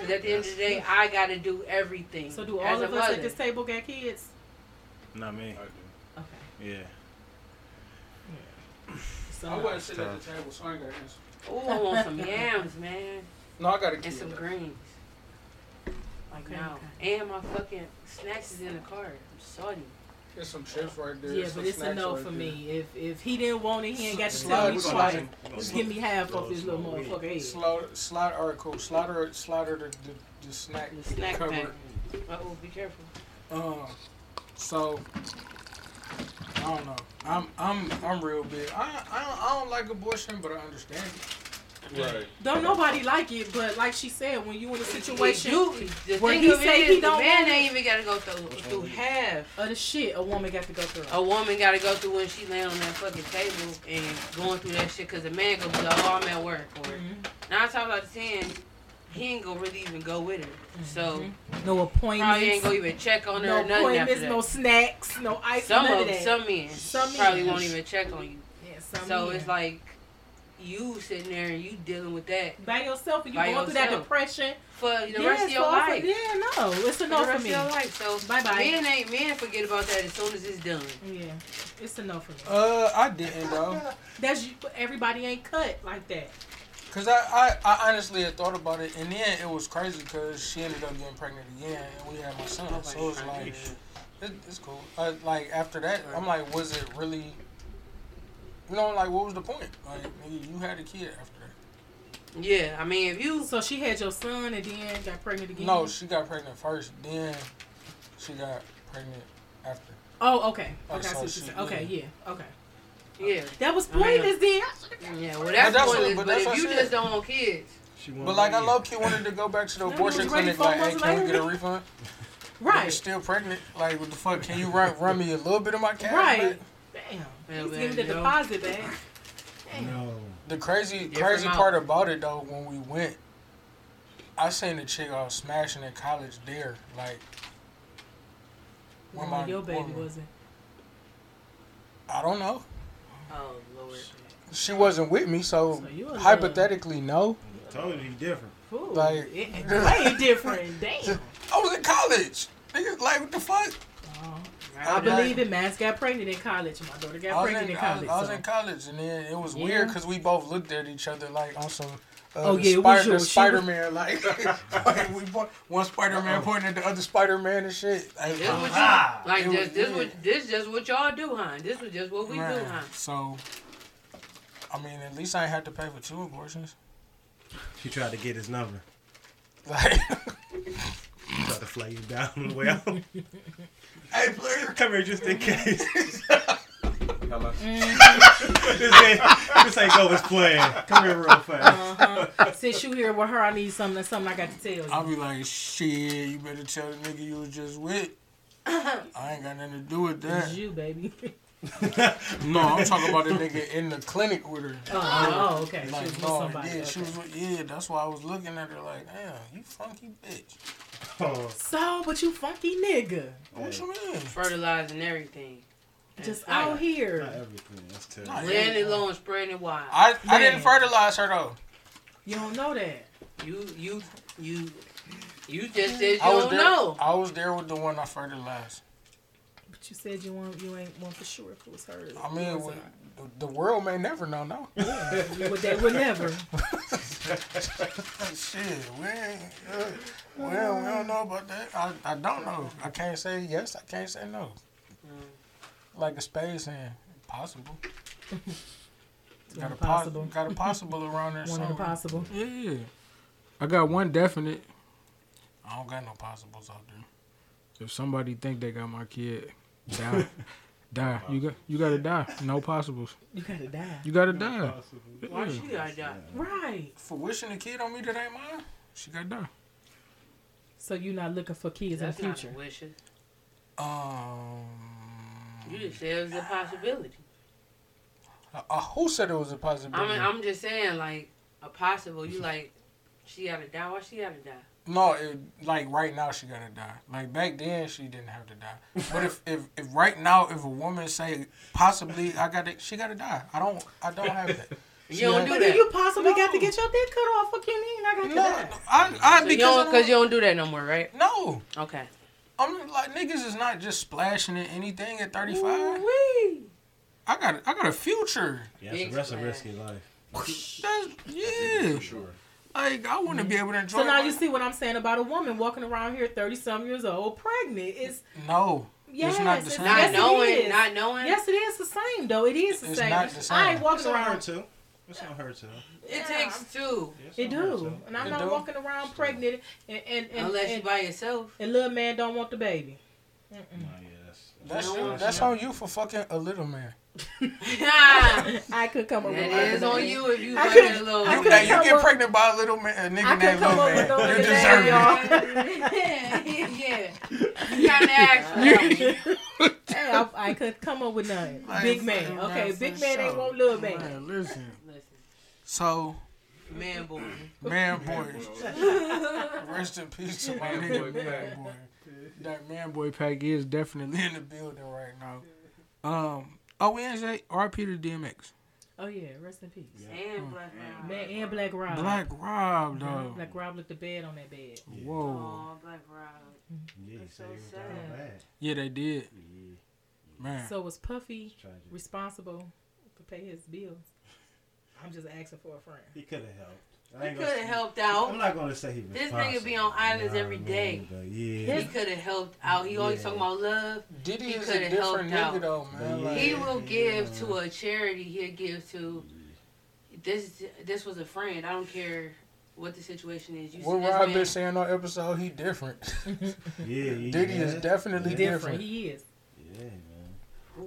F: Cause at the end of the day, I gotta do everything.
C: So do
F: as
C: all
F: a
C: of us
F: mother.
C: at this table got kids?
E: Not me.
G: I do.
C: Okay.
E: Yeah.
C: So
D: I wasn't sitting at the table, so I ain't got to answer.
F: Ooh, I want some yams, man.
D: No, I got to
F: and
D: kid.
F: some greens. Like
C: Okay,
F: now, and my fucking snacks is in the car. I'm sorry.
D: There's some chips right there.
C: yeah,
D: some
C: but it's a
D: snacks
C: no
D: right
C: for
D: there.
C: me. If if he didn't want it, he ain't got to
D: Slow
C: tell me
D: it
C: twice.
D: down.
C: Just give me half of this little motherfucker head.
D: Slaughter, slaughter, or cool. Slaughter, slaughter the, the, the snack,
F: The snack
D: cover.
F: pack. Oh, be careful.
D: Um, so I don't know. I'm, I'm, I'm real big. I, I, don't, I don't like abortion, but I understand it.
G: Right.
C: Don't nobody like it, but like she said, when you in a situation
F: You, the
C: Where
F: thing
C: he
F: of
C: say
F: it
C: he
F: is, the
C: don't
F: man
C: want
F: ain't even gotta go through through half.
C: of the shit a woman got to go through.
F: A woman gotta go through when she lay on that fucking table and going through that shit. Cause a man gonna be like, oh, I'm at work. Or
C: Mm-hmm.
F: nine times out of ten, he ain't gonna really even go with her. So
C: No
F: probably ain't
C: appointments,
F: gonna even check on her
C: no
F: or nothing after
C: appointments,
F: that.
C: no snacks, no ice,
F: some
C: none of
F: of
C: that.
F: some men
C: Some
F: probably
C: men.
F: won't even check on you.
C: Yeah, some
F: So
C: men.
F: it's like you sitting there and you dealing with that
C: by yourself, and you
F: By
C: going through that
F: yourself.
C: depression.
F: for the
C: yeah,
F: rest of your
C: so I
F: life.
C: said, Yeah, no, it's a
F: For
C: no
F: the
C: for
F: rest
C: me.
F: of your life. So
C: Bye-bye.
F: Men ain't men forget about that as soon as it's done.
C: Yeah, it's a no for me.
D: Uh, I didn't though,
C: That's you, but everybody ain't cut like that.
D: cause I, I, I honestly had thought about it, and then it was crazy, cause she ended up getting pregnant again, and we had my son. so it's like, it, it's cool. Uh, like after that, I'm like, was it really? You know, like what was the point? Like, nigga, you had a kid after that.
F: Yeah, I mean if you
C: So she had your son and then got pregnant again.
D: No, she got pregnant first, then she got pregnant after.
C: Oh, okay.
D: Oh,
C: Okay, I see
D: so
C: what you
D: she-
C: said. Okay, yeah. Okay.
F: yeah
C: That was
F: I mean,
C: pointless then.
F: yeah well that's,
D: that's what-
F: pointless.
D: but
F: But,
D: that's
F: if
D: what I
F: you
D: said.
F: just don't want kids,
E: She won't
D: But like, I
E: let
D: low key wanted to go back to the
C: we
D: abortion
C: was ready
D: clinic.
C: four
D: Like, hey,
C: months
D: can we get a
C: later.
D: refund? You're
C: Right.
D: still pregnant. Like, what the fuck? Can you run run me a little bit of my cash?
C: Right.
D: back?
C: Damn.
F: Yeah,
C: He's
F: man,
C: giving the
F: you know.
C: deposit back.
E: you. No.
D: The crazy
F: Different
D: crazy
F: amount.
D: part about it though, when we went, I seen the chick all smashing in college there. Like, when
C: When
D: my
C: your baby
D: when-
C: wasn't.
D: I don't know.
F: oh lord,
D: She wasn't with me, so,
C: So you uh, a
D: hypothetically, no.
E: I told you he's different.
C: Fool.
D: Like-
C: it, it way different. Damn.
D: I was in college. Nigga, like, what the fuck?
C: Uh, I
D: I'm not-
C: believe it. Mads got pregnant in college. My daughter got
D: I was,
C: pregnant
D: in,
C: in
D: I,
C: college.
D: was, I was
C: so.
D: in college, and then it was weird because we both looked at each other like on some. Uh,
C: Oh, yeah, it was
D: Spider,
C: yours. She
D: Spider Man, like, like we point, one Spider Man pointing at the other Spider Man and shit. Like,
F: this
D: uh,
F: was
E: Ah.
F: like
D: It
F: just,
D: was-
F: this was this just what y'all do, hon. This was just what we do,
D: man.
F: hon.
D: So, I mean, at least I ain't had to pay for two abortions.
E: She tried to get his number.
D: Like,
E: She tried to flag you down on the way out.
D: hey, player,
E: Come here just in case.
G: How much?
E: this, ain't, this ain't go as planned. Come here real fast.
C: Uh-huh. Since you here with her, I need something. Something I got to tell you.
D: I'll be like, shit, you better tell the nigga you was just with. I ain't got nothing to do with
C: It's
D: that.
C: you, baby.
D: No, I'm talking about the nigga in the clinic with her.
C: oh, oh, okay. She was
D: Like,
C: with
D: no,
C: somebody.
D: yeah,
C: okay.
D: she was with, yeah, that's why I was looking at her like, damn, you funky bitch.
E: Oh,
C: so, but you funky nigga.
D: What you mean?
F: Fertilizing everything,
C: Just
F: That's
C: out
F: right.
E: not
C: here.
E: everything. That's
D: Nah,
E: terrible.
F: laying it low and spreading it wide.
D: I, I
C: Man.
D: didn't fertilize her though.
C: You don't know that.
F: You you you you just said you
D: I was
F: don't
D: there.
F: know.
D: I was there with the one I fertilized.
C: But you said you want you ain't one for sure if it was hers.
D: I mean,
C: It was
D: when,
C: not.
D: the world may never know. No.
C: You would- they would never.
D: Shit, we ain't. Uh, well, we don't know about that. I, I don't know. I can't say yes. I can't say no.
C: Mm.
D: Like a space and possible. got a possible.
C: Impossible.
D: got a possible around there
C: One of the
D: somewhere.
C: possible.
D: Yeah, yeah. I got one definite. I don't got no possibles out there. If somebody think they got my kid, die, die. You got you gotta die. No possibles.
C: You gotta die.
D: You gotta die.
F: Why
D: Hmm.
F: she gotta die?
C: Right.
D: For wishing a kid on me that ain't mine, she gotta die.
C: So you're not looking for kids
F: That's
C: in the
F: not a
C: future.
F: wish.
D: Um,
F: You just said it was a possibility.
D: uh, who said it was a
F: I
D: possibility?
F: mean, I'm just saying, like, a possible. You like, she gotta die. Why she gotta die?
D: no, it, like right now she gotta die. Like back then she didn't have to die. But if, if, if right now if a woman say possibly I got to she gotta die. I don't I don't have that. She
F: you don't
D: had-
F: do
C: But
F: that.
C: then you possibly got to get your dick cut off. Fuck you mean? I got to
D: No,
C: die.
D: I, I
F: So you
D: because
F: don't,
D: I
F: cause you
D: don't-
F: don't do that no more, right?
D: no,
F: Okay.
D: I'm like niggas is not just splashing in anything at 35.
C: Wee.
D: I got I got a future.
E: Yeah, that's a-
F: Big
E: that's a
F: splash.
E: risky life.
D: That's yeah.
G: For sure.
D: Like I wouldn't be able to enjoy.
C: So now
D: my-
C: you see what I'm saying about a woman walking around here, thirty some years old, pregnant. It's
D: No,
C: yes,
D: it's not the
C: it's-
D: same.
F: Not
C: yes, it
F: knowing,
C: is.
F: not knowing.
C: Yes, it is the same though. It is the
D: It's
C: same.
D: not the same.
C: I ain't
E: It's
C: walking
E: on her
C: around.
E: too. It's on her too.
F: It
C: Yeah.
F: takes two,
E: It's
C: It
E: on her,
C: do,
E: too.
C: and I'm
D: It
C: not
D: do?
C: walking around pregnant, and and and,
F: unless you
C: and,
F: by yourself.
C: and little man don't want the baby.
E: Nah, yeah, that's-
D: That's
F: No.
D: that's on you for fucking a little man.
F: that
C: I could come over.
F: is on you if you
C: I
F: buy
C: could've-
F: a little.
C: I
D: You,
C: could've
D: now, you
C: come
D: get
C: up-
D: pregnant by a little man, a
C: I
D: nigga
C: could
D: named
C: come
D: Little
C: over with no
D: Man. You
C: nigga
D: deserve
C: name,
D: it.
C: y'all.
F: yeah, yeah. You gotta ask for that one.
C: Hey, I, I could come up with none.
D: Like,
C: big
D: for-
C: man.
D: like,
C: Okay,
D: for
C: big man ain't
D: sure.
C: want little man.
D: Man, listen.
F: Listen,
D: So,
F: man, boy.
D: man, boy, rest in peace to my nigga, man, boy. That man, boy, pack is definitely in the building right now. Um, oh, we ain't say R.P. to DMX,
C: Oh yeah, rest in peace.
F: And black man.
C: Man and Black Rob.
D: Black Rob
C: Mhm.
D: though.
C: Black Rob looked the bed on that bed.
D: Whoa,
F: Oh, black Rob.
E: Yeah,
F: That's
E: so
F: so
E: you was
F: sad.
E: down bad.
D: yeah, they did,
E: Yeah,
D: man.
C: So was Puffy
E: it's tragic.
C: responsible to pay his bills? I'm just asking for a friend.
E: He could have helped. I
F: He
E: ain't
F: could
E: gonna
F: have
E: say-
F: helped
E: I'm
F: out.
E: not gonna say he was.
F: This nigga be on islands every day. He
E: Yeah.
F: could have helped out. He always
E: Yeah.
F: talking about love.
D: Diddy
F: He
D: is
F: coulda
D: a different
F: helped out.
D: nigga though, man. Like,
F: He will give to a charity. He'll give to. This this was a friend. I don't care what the situation is. You see
D: what
F: this
D: Rob
F: man-
D: been saying on episode, he different.
E: Yeah, yeah.
D: Diddy is
E: yeah.
D: definitely
C: Different.
D: different.
C: He is.
E: Yeah, man.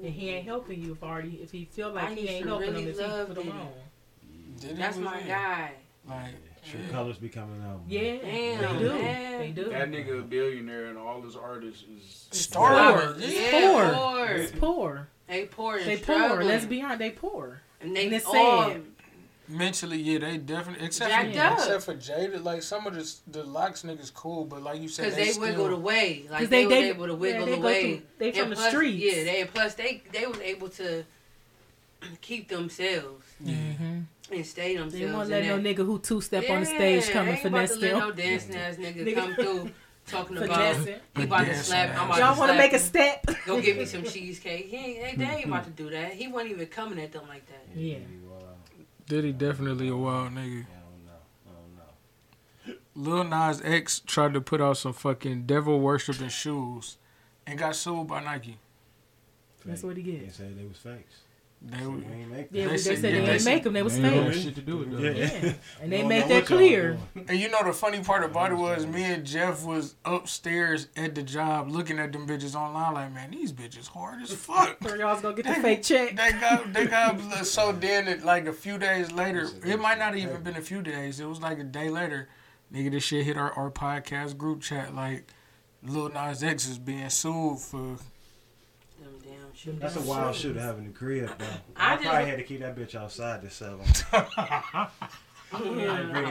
C: And he ain't helping you if already if he feel like
F: I
C: he
F: used
C: ain't
F: to
C: helping
F: really
C: them if he
F: love
C: put them
F: Diddy.
C: on.
D: Diddy
F: That's
D: was
F: my
D: it.
F: guy.
D: Like,
E: True
D: yeah.
E: colors be coming out. man.
C: Yeah.
F: Damn,
C: they do.
F: man.
C: They do.
G: That nigga a billionaire and all his artists is
D: Star.
C: Poor.
D: Yeah.
C: Poor.
F: Yeah, poor.
C: It's poor.
F: They poor. and
C: They poor.
F: struggling.
C: Let's be honest. They poor.
F: And they
C: and it's
F: all
C: sad.
D: Mentally, yeah, they definitely except
F: Jacked
D: for,
F: up.
D: except for Jada. Like some of the the locks niggas cool, but like you said,
F: because
D: they,
F: they,
D: still,
F: wiggled away. Like
C: 'Cause
F: they,
C: they-
F: was
C: they-
F: able to
C: yeah,
F: wiggle
C: they go
F: away.
C: through- they from
F: And
C: the
F: plus-
C: streets.
F: Yeah, they and plus they they was able to keep themselves
D: Yeah.
F: and stay themselves.
C: They won't
F: and
C: let no
F: that-
C: nigga who two step on the
F: Yeah,
C: stage come and
F: ain't about
C: finesse
F: to let No
C: them.
F: dancing ass nigga
C: Nigga.
F: come through talking about
C: Finessing.
F: he about to
D: Dancing
F: slap. I'm
D: ass.
F: about
C: Y'all
F: to
C: want to
F: slap
C: make a
F: him.
C: step?
F: Go get me some cheesecake. He ain't, they, they ain't about to do that. He wasn't even coming at them like that.
C: Yeah.
E: Well,
D: Diddy definitely a wild nigga.
E: I don't know. I don't know.
D: Lil Nas X tried to put out some fucking devil worshiping shoes, and got sued by Nike.
C: That's
E: Fake.
C: what he
E: They
C: gets.
E: said they was fakes.
D: They
E: So
D: were,
E: we ain't make
C: Yeah,
E: them.
C: they,
D: said-
C: said they
D: yeah, they
C: didn't
D: said-
C: make them. They was
G: They don't have
C: fake.
G: shit to do with
E: Yeah.
G: that.
C: Yeah, and
E: We
C: they
E: don't know
C: made
E: what
C: that
E: y'all
C: clear.
E: doing.
D: and you know the funny part about it was me and Jeff was upstairs at the job looking at them bitches online. Like, man, these bitches hard as fuck.
C: Or y'all's gonna get the fake check.
D: They got they got so then it like a few days later. It might not even been a few days. It was like a day later. Nigga, this shit hit our, our podcast group chat like Lil Nas X is being sued for
F: Them damn shoes.
E: That's a wild shoe to have in the crib, though.
F: I
E: I, probably
F: just-
E: had to keep that bitch outside to sell them. I bring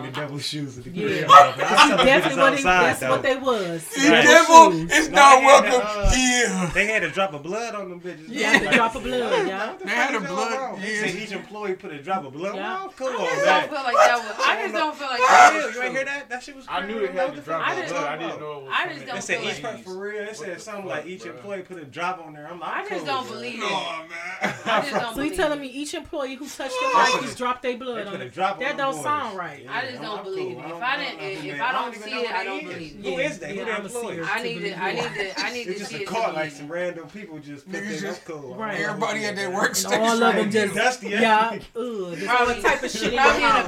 E: the devil's shoes to the
C: Yeah.
E: crib.
C: That's definitely what it,
E: outside,
C: that's what
E: though.
C: they was.
D: The
E: Right.
D: devil
C: Shoes.
D: is
E: No,
D: not
E: they had the,
D: welcome
E: uh,
D: here.
E: They had a drop of blood on them bitches.
C: Yeah, the drop of blood, y'all.
D: They had a blood.
E: They
D: Yeah.
E: said each employee put a drop of blood.
C: Yeah.
E: Well, come
F: I
E: on,
F: just
E: man.
F: don't feel like that was. I just don't feel like that
E: Real, You ain't hear that? That shit was.
G: I knew
E: crazy.
G: it had
E: What
G: to
E: the
G: drop
E: fuck
F: I
G: on
E: you
F: just-
G: blood. I
E: talking
G: didn't
E: about?
G: know it was.
F: I
G: from
F: just
G: the
E: They
F: don't
E: said
F: feel
E: each
F: like-
E: person for real. They said
G: the
E: something
G: fuck,
E: like each
G: bruh?
E: employee put a drop on there. I'm like,
F: I just
E: cool,
F: don't
E: bruh.
F: believe it.
D: Oh, man.
F: I just don't
C: So you
F: believe
C: telling
F: it.
C: me each employee who touched the Nikes dropped their blood
E: They
C: on
E: put a
C: it?
E: drop on
C: That
E: them
C: don't
E: boys.
C: sound right.
E: Yeah,
F: I just don't believe it. If
E: I'm
F: I
E: I'm
F: didn't- if
E: man,
F: I don't
E: even
F: see
E: know
F: it,
E: who
F: I
E: they
F: don't
E: is.
F: believe it.
E: Who is that?
C: Yeah,
E: Who that
C: I'm a
E: employee?
C: seer.
F: I need to. I need to. I need to
E: It's just
F: see
E: a
F: it. to
E: caught
F: be-
E: like some random people just put
D: Niggas
E: their
D: just-
E: up cool.
C: Right.
D: Everybody at their work
C: And all of them just
E: Dusty.
C: yeah, ugh, this
F: Probably
C: all type of shit. in your
F: Probably in the
C: house.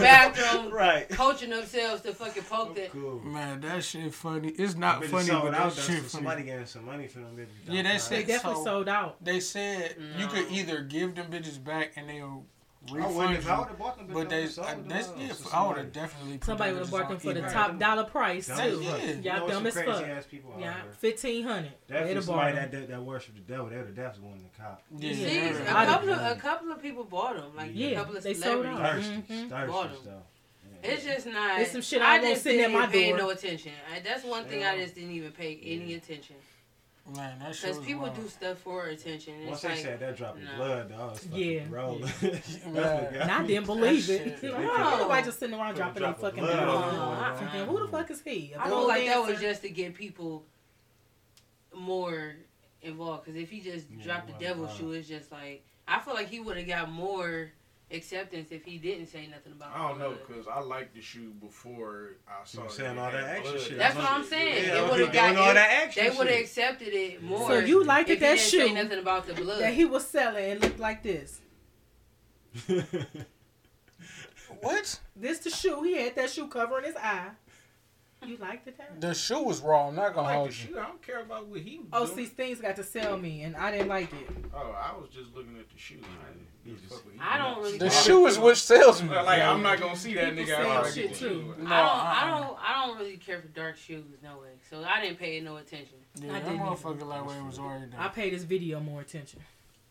F: bathroom,
E: Right.
F: coaching themselves to fucking poke that.
E: Cool.
D: Man, that shit funny. It's not
E: Bitches
D: funny,
E: sold
D: but
E: out
D: that
E: though,
D: shit
E: so
D: funny.
E: Somebody getting some money for them bitches.
D: Yeah, that
E: Right.
C: They
D: shit-
C: definitely
D: So-
C: sold out.
D: They said you could either give them bitches back and they'll
E: I wouldn't
D: refund
E: if I would
D: you.
E: have bought them. bitches,
D: But
E: I
D: they,
E: would've sold
D: I,
E: them
D: that's
E: out
D: yeah.
E: to
D: I would
E: somebody.
D: have definitely put
C: Somebody
D: them
C: would have
D: bitches
C: bought
D: on
C: them for the
D: eBay.
C: top dollar price
E: Dumb
C: too.
E: as fuck.
D: Yeah.
E: You
C: Y'all
E: know
C: dumb
E: some
C: as
E: crazy
C: fuck.
E: ass people out
C: Yeah,
E: here.
C: fifteen hundred. They'd
E: Definitely
C: have
E: somebody
C: bought
E: that,
C: them.
E: that, that worship the devil. They're the definitely one to cop.
D: Yeah,
F: See, a
D: yeah.
F: couple of a couple of people bought them, like a
C: Yeah,
F: couple of
C: they sold
F: celebrities.
C: out.
E: Thirsty,
C: Mhm.
F: Bought
E: thirsty
F: 'em.
E: stuff.
F: It's just not.
C: It's some shit I won't
F: just
C: sitting
F: didn't
C: at my
F: even pay
C: door.
F: no attention. I, that's one thing I just didn't even pay any attention
D: Man, that shit
F: because
D: was
F: people
D: wild.
F: do stuff for attention. and
E: Once
F: It's
E: they said
F: like,
E: that drop of
F: nah.
E: blood, dog, it's fucking
C: Yeah.
E: rolling.
C: Yeah.
E: That's what
D: Man.
E: got
C: And I
E: me.
C: didn't believe it.
D: shit.
C: Like, why Nobody just sitting around
E: Could've
C: dropping their
E: dropped a
C: fucking
E: blood
C: blood.
E: on
F: them.
C: I'm thinking, Who the fuck is he? A
F: I
C: pole
F: feel like that was
C: dancer?
F: just to get people more involved. Because if he just
E: Yeah,
F: dropped the
E: wow,
F: devil
E: wow.
F: shoe, it's just like I feel like he would have got more acceptance if he didn't say nothing about.
G: I don't know
F: blood.
G: because I liked the shoe before I saw.
E: You
G: it.
E: saying
G: It
E: all
G: had
E: that extra
G: blood
E: shit.
G: in
F: That's
G: it.
F: what I'm saying.
E: Yeah,
F: it
E: I
F: would
E: was
F: have
E: doing
F: got
E: all
F: it-
E: that extra
F: They would have
E: shit.
F: accepted it more.
C: So you liked
F: if he
C: that
F: didn't say
C: shoe
F: nothing about the blood.
C: that he was selling. It looked like this.
D: What?
C: This the shoe. He had that shoe covering his eye. You liked it, that?
D: The shoe was raw. I'm not
G: I
D: gonna
G: like
D: hold
E: Oh.
G: the
D: you.
G: shoe. I don't care about what he. Was
C: Oh,
G: doing.
C: see, things got to sell me, and I didn't like it.
G: Oh, I was just looking at the shoe. I didn't
E: He
G: give a
E: just-
G: fuck what he
F: I
G: was
F: don't
G: doing.
F: really
D: The
F: Yeah.
D: shoe is what sells me.
G: Like I'm not gonna see that
C: People
G: nigga.
C: sell
G: after I
C: shit
G: get
C: too.
G: the shoe.
D: No,
F: I don't. I
D: uh-uh.
F: don't. I don't really care for dark shoes. No way. So I didn't pay no attention.
D: Yeah,
C: I
D: that
C: didn't either.
D: motherfucker like where it was already
C: I
D: done.
C: paid this video more attention.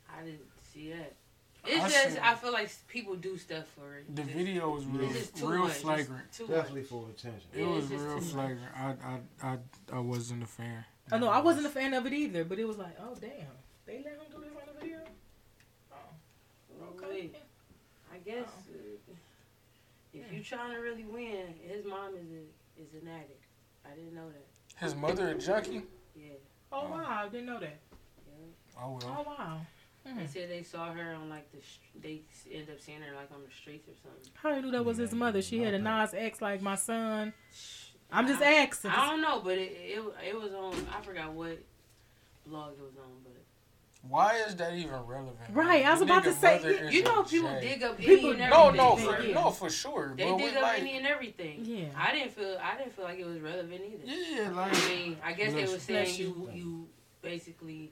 F: I didn't see that. It's
D: I
F: just
D: see.
F: I feel like people do stuff for it.
D: The
F: It's-
D: video was real,
F: it's just too
D: real
F: much. It's
D: flagrant.
F: too much.
E: Definitely for attention.
D: It
F: Yeah,
D: was
F: it's just
D: real
F: too much. Oh,
D: flagrant. I, I, I, I wasn't a fan.
C: I know Oh, I wasn't a fan of it either, but it was like, oh damn, they let him do this on the video. Okay.
F: Wait, I guess uh, if you trying to really win, his mom is a, is an addict. I didn't know that.
D: His mother a junkie.
F: Yeah.
C: Oh wow, I didn't know that.
F: yeah.
D: Oh well.
C: Oh wow.
D: Hmm.
F: They said they saw her on like the. str- They s- end up seeing her like on the streets or something.
C: How you knew that was his mother? She had a Nas X like my son. I'm just
F: I-
C: asking.
F: I don't know, but it, it it was on. I forgot what blog it was on, but
D: Why is that even relevant?
C: Right, I was
D: The
C: about to
D: nigga
C: say,
D: mother is
F: you
D: a
F: know people
D: J.
F: dig up any
C: People-
F: and everything.
D: No, no,
C: everything,
D: for,
C: yeah.
D: no, for sure.
F: They
D: but
F: dig
D: we
F: up
D: like,
F: any and everything.
C: Yeah.
F: I didn't feel I didn't feel like it was relevant either.
D: yeah, like
F: I mean, I guess they were
D: Bless
F: saying
C: you.
F: you you basically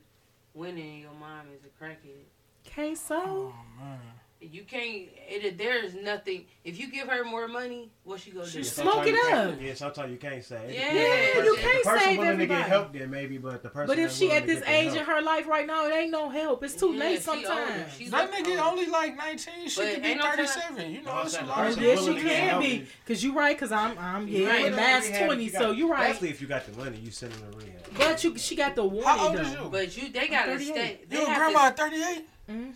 F: winning and your mom is a crackhead.
C: Okay, so
D: oh man,
F: You can't. It, there is nothing. If you give her more money, what she gonna do?
C: She's-
E: Sometimes
C: Smoke it
E: you can't-
C: up.
E: Yeah, sometimes you can't say. It
F: Yeah,
E: depends on the
F: you
E: person.
C: can't
E: The person
C: save
E: willing to get
C: everybody.
E: help there, maybe, but the person.
C: but if
E: that's
C: she
E: willing
C: at
E: to
C: this
E: get the
C: age
E: help-
C: in her life right now, it ain't no help. It's too
F: Yeah,
C: late
F: she old.
C: sometimes.
F: She's
D: that
F: like,
D: nigga
F: oh.
D: only like nineteen. She
F: But
D: could be
F: ain't no telling-
D: thirty-seven. You
E: No,
D: know,
E: I'm
D: it's a
E: saying
D: lot.
E: the
C: Oh,
E: person
D: of-
E: willing
C: yes,
E: to
C: you
E: get
C: can
E: help
C: be,
E: is-
C: cause you right, cause I'm, I'm, yeah,
F: Right.
C: in mass
E: You got-
C: twenty, so you right.
E: Especially if you got the money, you send them to rehab.
C: But you, she got the warning.
D: How old is
C: though.
D: you?
F: But you, they gotta
C: 38.
F: stay. They
D: Your
F: have
D: grandma
F: To,
D: at thirty-eight.
C: Mm-hmm.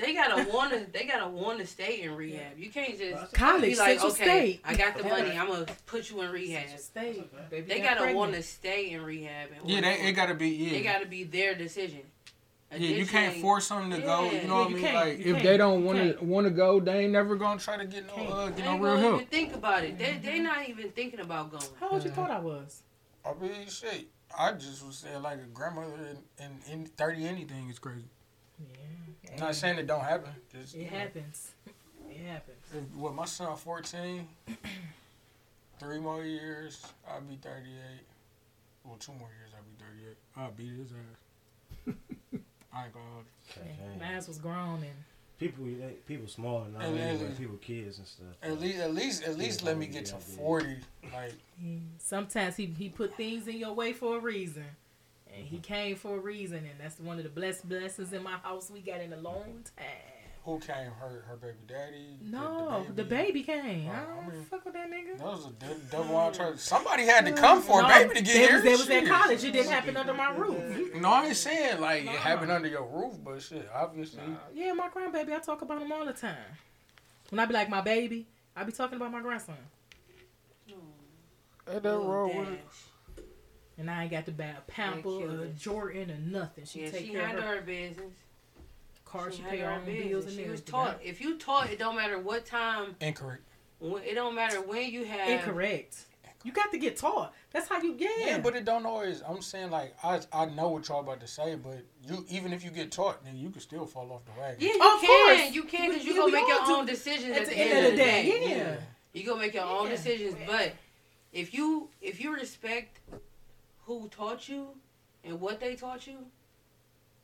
F: they gotta want to. They gotta want to stay in rehab. You can't just
C: College,
F: be like,
C: Central
F: okay,
C: State.
F: I got the money. I'm gonna put you in rehab.
C: Central State, baby.
F: They
C: got
F: gotta want to
C: pregnant.
F: stay in rehab. And
D: Yeah,
F: want-
D: they, it gotta be yeah.
F: It gotta be their decision.
D: yeah, you can't
F: Additionally-
D: force them to go.
F: Yeah.
D: You
C: Yeah, you
D: know what I mean?
C: can't,
D: Like
C: you
D: if they
C: can't,
D: don't
C: you
D: want to
C: can't.
D: want to go, they ain't never gonna try to get no
C: Can't.
D: uh, get
F: They
D: no
F: ain't
D: real
F: gonna
D: help.
F: even think about it. They they not even thinking about going.
C: How old you thought I was?
D: I mean, shit. I just was saying, like a grandmother and in, in, 30 anything is crazy.
C: Yeah,
D: Not saying it don't happen. Just,
C: it happens. It happens.
D: If, what, my son 14, three more years, I'll be 38. Well, two more years, I'll be 38. I'll beat his ass. I ain't gonna hold you.
E: Okay.
C: My ass was grown and
E: People, they, people smaller now,
D: And then-
E: anyway, people kids and stuff.
D: At least, at least, at least let me get to 40. Like,
C: sometimes he, he put things in your way for a reason.
D: Mm-hmm.
C: And he came for a reason, and that's one of the blessed blessings in my house we got in a long time.
D: Who came? Her her baby daddy. the-
C: No, the baby came.
D: Oh,
C: I
D: I
C: don't
D: mean-
C: fuck with that nigga.
D: That was a d- double entendre. Somebody had to come for a
C: No,
D: baby to get
C: they
D: here.
C: Was, they was at
D: Shit.
C: college. It didn't happen under my roof.
D: No, I ain't saying like it happened under your roof, but shit, obviously.
C: Yeah, my grandbaby. I talk about him all the time. When I be like my baby, I be talking about my grandson.
D: Ain't
C: Oh,
D: nothing wrong
F: Little
D: with
F: Oh, dash.
D: it.
C: And I ain't got to buy a pamper,
F: killed
C: a
F: it.
C: Jordan, or nothing. She
F: Yeah,
C: take
F: she
C: care of
F: handled
C: her
F: her business.
C: car. She, pay
F: handled
C: her
F: her
C: own bills
F: business.
C: and
F: She was
C: everything.
F: taught. If you taught, it don't matter what time.
D: Incorrect.
F: When, it don't matter when you have.
C: Incorrect. You got to get taught. That's how you. Yeah.
D: Yeah, but it don't always. I'm saying like I I know what y'all about to say, but you even if you get taught, then you can still fall off the wagon.
F: Yeah, you
C: Of
F: can.
C: course.
F: You can because
C: We-
F: you
C: yeah,
F: gonna
C: we
F: make your
C: all do
F: own decisions
C: at the end of the day, yeah.
F: You gonna make your own
C: Yeah.
F: decisions, but if you if you respect who taught you and what they taught you,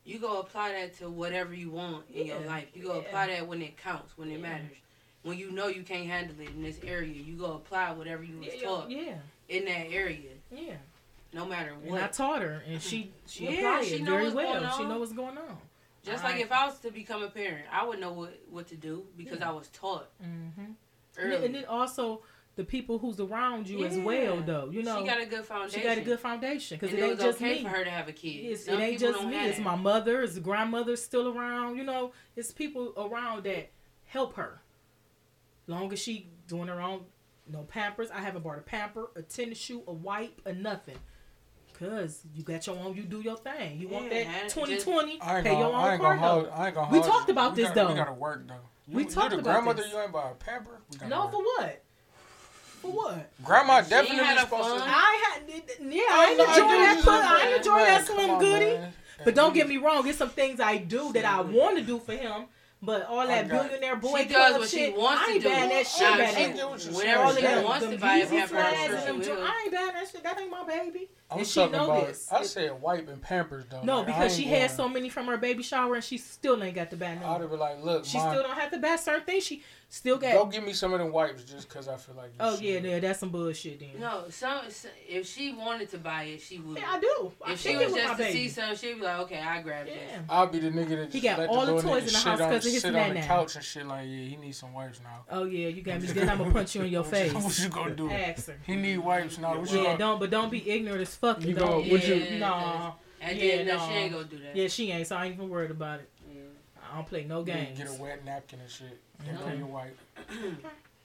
F: you go apply that to whatever you want in your
C: Yeah.
F: life. You go
C: Yeah.
F: apply that when it counts, when
C: Yeah.
F: it matters, when you know you can't handle it in this area. You go apply whatever you was
C: Yeah.
F: taught
C: Yeah.
F: in that area,
C: yeah.
F: no matter
C: And
F: what.
C: I taught her, and she she
F: Yeah,
C: applied
F: she
C: it
F: know
C: very
F: what's
C: well.
F: going
C: She
F: on.
C: know what's going on.
F: Just
C: I-
F: like if I was to become a parent, I would know what what to do because
C: Yeah.
F: I was taught
C: Mm-hmm. And,
F: early.
C: then, and then also the people who's around you as well,
F: Yeah.
C: though. You know,
F: she got a good foundation.
C: a good foundation because
F: And
C: it
F: it
C: ain't
F: was
C: just
F: okay
C: me.
F: for her to have a kid.
C: It's, it
F: Some
C: ain't
F: people
C: just
F: don't
C: me.
F: have
C: It's
F: that.
C: my mother. It's grandmother still around. You know, it's people around that help her. Long as she doing her own, no pampers. I haven't bought a pamper, a tennis shoe, a wipe, or nothing. Cause you got your own. You do your thing. You want
F: Yeah,
C: that
F: and just-
C: 2020?
D: I ain't
C: Pay your
D: gonna, I
C: own
D: ain't gonna
C: car
D: hold.
C: note.
D: I ain't gonna
C: We
D: hold
C: talked
D: you.
C: about
D: We
C: this,
D: gotta-
C: though.
D: We gotta work though. You,
C: We
D: you
C: talked
D: the
C: about
D: grandmother.
C: this.
D: You ain't buy a pamper. We gotta
C: No,
D: work.
C: for what? For what?
D: grandma
F: She
D: definitely
F: had a
D: supposed to.
F: fun-
C: I had, yeah, I
D: know,
C: enjoy
D: do
C: that.
D: use
C: Put,
D: it,
C: I
D: but-
C: enjoy that
D: come
C: slim
D: on,
C: goody.
D: man.
C: But don't get me wrong. There's some things I do that I want to do for him. But all that
D: got-
C: billionaire boy
F: she
C: club
F: does what
C: shit,
F: she wants
C: I
F: to
C: ain't
F: do.
C: buying that shit.
D: I
C: back
D: get
C: then.
D: what you're saying.
F: Whenever she
D: Yeah.
F: wants to
C: them
F: buy a
C: Yeezy
F: pamper,
C: slides
F: I'm
C: and
F: sure
C: them
F: she
C: jo-
F: will.
C: I ain't buying that shit. That ain't my baby.
D: I'm
C: and she
D: talking
C: know
D: about.
C: this.
D: I said wipe and pampers though.
C: no,
D: Like, I
C: because she
D: ain't
C: had
D: going-
C: so many from her baby shower and she still ain't got the buy
D: I'd
C: none.
D: have been like, look,
C: She
D: mom,
C: still don't have to buy certain things. She still got.
D: go give me some of them wipes just because I feel like. you
C: oh
D: should.
C: yeah, yeah, that's some bullshit then.
F: No, some s- if she wanted to buy it, she would.
C: Yeah, I do. I
F: If she
C: think it
F: was
C: was
F: just
C: my
F: to see
C: baby.
F: some, she'd be like, "Okay, I grab this."
C: Yeah.
D: I'll be the nigga that just
C: He got
D: let
C: all the
D: little
C: toys in
D: nigga
C: the
D: sit
C: house
D: on-
C: 'cause of his
D: sit on the
C: nana.
D: couch and shit like, yeah, he needs some wipes now.
C: Oh yeah, you got me. Then I'm gonna punch you in your
D: what
C: face.
D: you gonna do?
C: Ask her.
D: He need wipes now. What you
C: Yeah,
D: gonna
C: don't. But don't be ignorant as fuck.
D: You
C: You don't.
D: go- would you-
C: Yeah, Nah.
F: And
C: Yeah,
F: then no, she
C: no.
F: ain't gonna do that.
C: Yeah, she ain't. So I ain't even worried about it.
F: Yeah.
C: I don't play no
D: Yeah,
C: games.
D: Get a wet napkin and shit. And
C: Okay.
D: clean your wipe.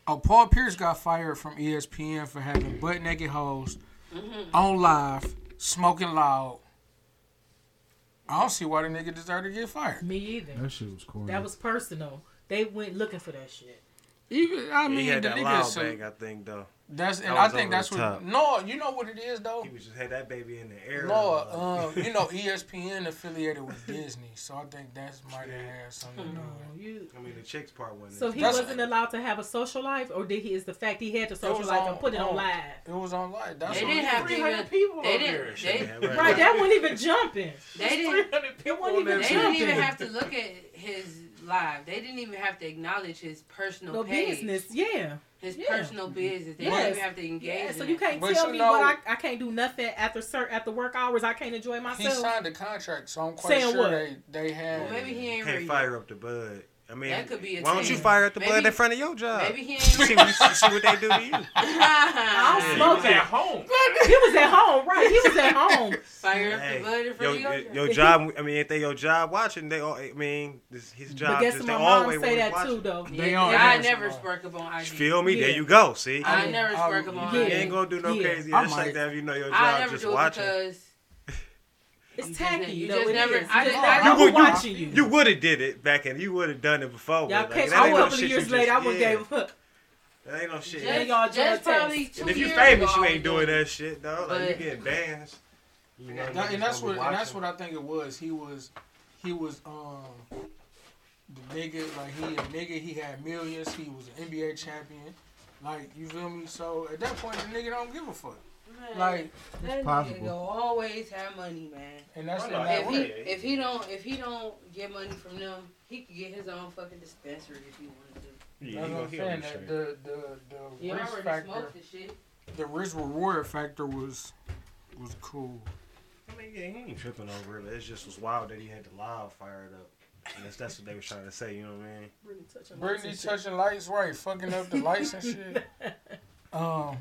D: Oh, Paul Pierce got fired from E ESPN for having butt naked hoes on live, smoking loud. I don't see why the nigga deserved to get fired.
C: Me either.
I: That shit was corny.
C: That was personal. They went looking for that shit.
D: Even I mean,
E: he had
D: the
E: that
D: nigga.
E: loud
D: is
E: bang,
D: so,
E: I think, though.
D: that's and
E: That
D: I
E: was
D: think
E: over
D: that's
E: the
D: what.
E: top.
D: No, you know what it is though.
E: He was just had that baby in the air.
D: No,
E: Like,
D: uh, you know ESPN affiliated with Disney, so I think that's might have had something to do
C: No,
D: with it.
C: Um, you.
E: I mean, the chicks part wasn't.
C: So he
D: That's-
C: wasn't allowed to have a social life, or did he? Is the fact he had to social
D: was
C: life
D: on-
C: and put it on
D: on.
C: live?
D: It was on live. That's
F: They
D: what
F: didn't
D: it
F: have
D: was.
F: to
C: 300
F: even.
C: people
F: They
C: over
F: didn't. They,
E: Yeah,
C: Right, that wasn't even jumping.
F: they didn't.
C: It wasn't even
F: They didn't even
C: jumping.
F: have to look at his live. They didn't even have to acknowledge his personal
C: No
F: page,
C: business. Yeah.
F: his
C: Yeah.
F: personal business. They
C: Yes.
F: didn't even have to engage.
C: Yeah, so
F: in
C: you
F: it.
C: can't
D: But
C: tell
D: you
C: me
D: know-
C: what I, I can't do nothing after cert after work hours. I can't enjoy
D: He
C: myself.
D: signed a contract, so I'm quite
C: Saying
D: sure
C: what?
D: they they had.
F: Well, maybe he
E: You
F: ain't
E: can't
F: ready.
E: fire up the bud. I mean,
F: That could be a
E: why don't
F: team.
E: you fire up the bud
F: Maybe-
E: in front of your job?
F: Maybe he ain't.
E: see, what, see what they do to you.
C: I'll
F: Fire
C: smoke
G: At
C: it.
G: home.
C: He was at home, right? He was at home.
F: up
E: Hey,
F: the bud in
E: your,
F: front of
E: your,
F: your
E: your job. I mean, if they your job watching, they. All, I mean, this, his job.
C: But guess
E: just,
C: what?
E: they
C: My
E: always
C: mom say
E: was
C: that
E: watching.
C: too, though.
D: They
F: yeah,
D: are
F: I
D: innocent,
F: never
D: bro.
F: spark up on IG.
E: You feel me? There
C: Yeah.
E: you go. See,
F: I,
D: I-
F: never
D: I-
F: spark up on
E: you
C: Yeah.
F: IG.
E: ain't gonna do no
C: Yeah.
E: crazy.
D: I
E: It's
D: might.
E: like that. If you know your
F: I
E: job,
F: never
E: just
F: do it
E: watching.
F: because
C: It's
F: just
C: tacky.
F: never- you
C: though,
F: just
C: it
F: never-
C: is.
F: I
C: You
F: just-
C: know,
F: I
C: I'm
E: just- You would-
C: watching you.
E: You would have did it back and you would have done it before.
C: Y'all
E: but, like,
C: catch
E: that
C: me
E: ain't
C: a
E: no
C: couple
E: shit
C: of
E: you
C: years
E: just-
C: later. I would
E: yeah,
C: gave a fuck.
E: That ain't no shit.
C: They
F: just,
C: y'all
F: just
C: just
F: probably
C: test.
F: two
E: And if you
F: years
E: famous,
F: ago,
E: you
F: I
E: ain't
F: was
E: doing
F: doing
E: that shit, though. Like
F: But-
E: you getting bans. You know,
D: That-
E: niggas
D: and that's
E: gonna
D: what
E: be
D: and that's
E: watching.
D: what I think it was. He was he was um the nigga like he a nigga. He had millions. He was an NBA champion. Like you feel me? So at that point, the nigga don't give a fuck.
F: Man,
D: Like
F: that nigga
I: possible.
F: go always have money, man.
D: and that's
E: Why
D: and
E: not?
D: that
F: If he
D: was-
F: if he don't if he don't get money from them, he could get his own fucking dispensary if he wanted to.
D: that's
E: Yeah, he
D: what
E: gonna
D: I'm
E: he gonna
D: saying.
E: be
D: That
E: straight.
D: the the the
F: Yeah, I
D: risk
F: already
D: factor,
F: smoked the shit.
D: the risk reward factor was was cool.
E: I mean, yeah, he ain't tripping over it. but It just was wild that he had the live fired up. And that's, that's what they was trying to say. You know what I mean?
D: Brittany touching lights, right? Fucking up the lights and shit. Um,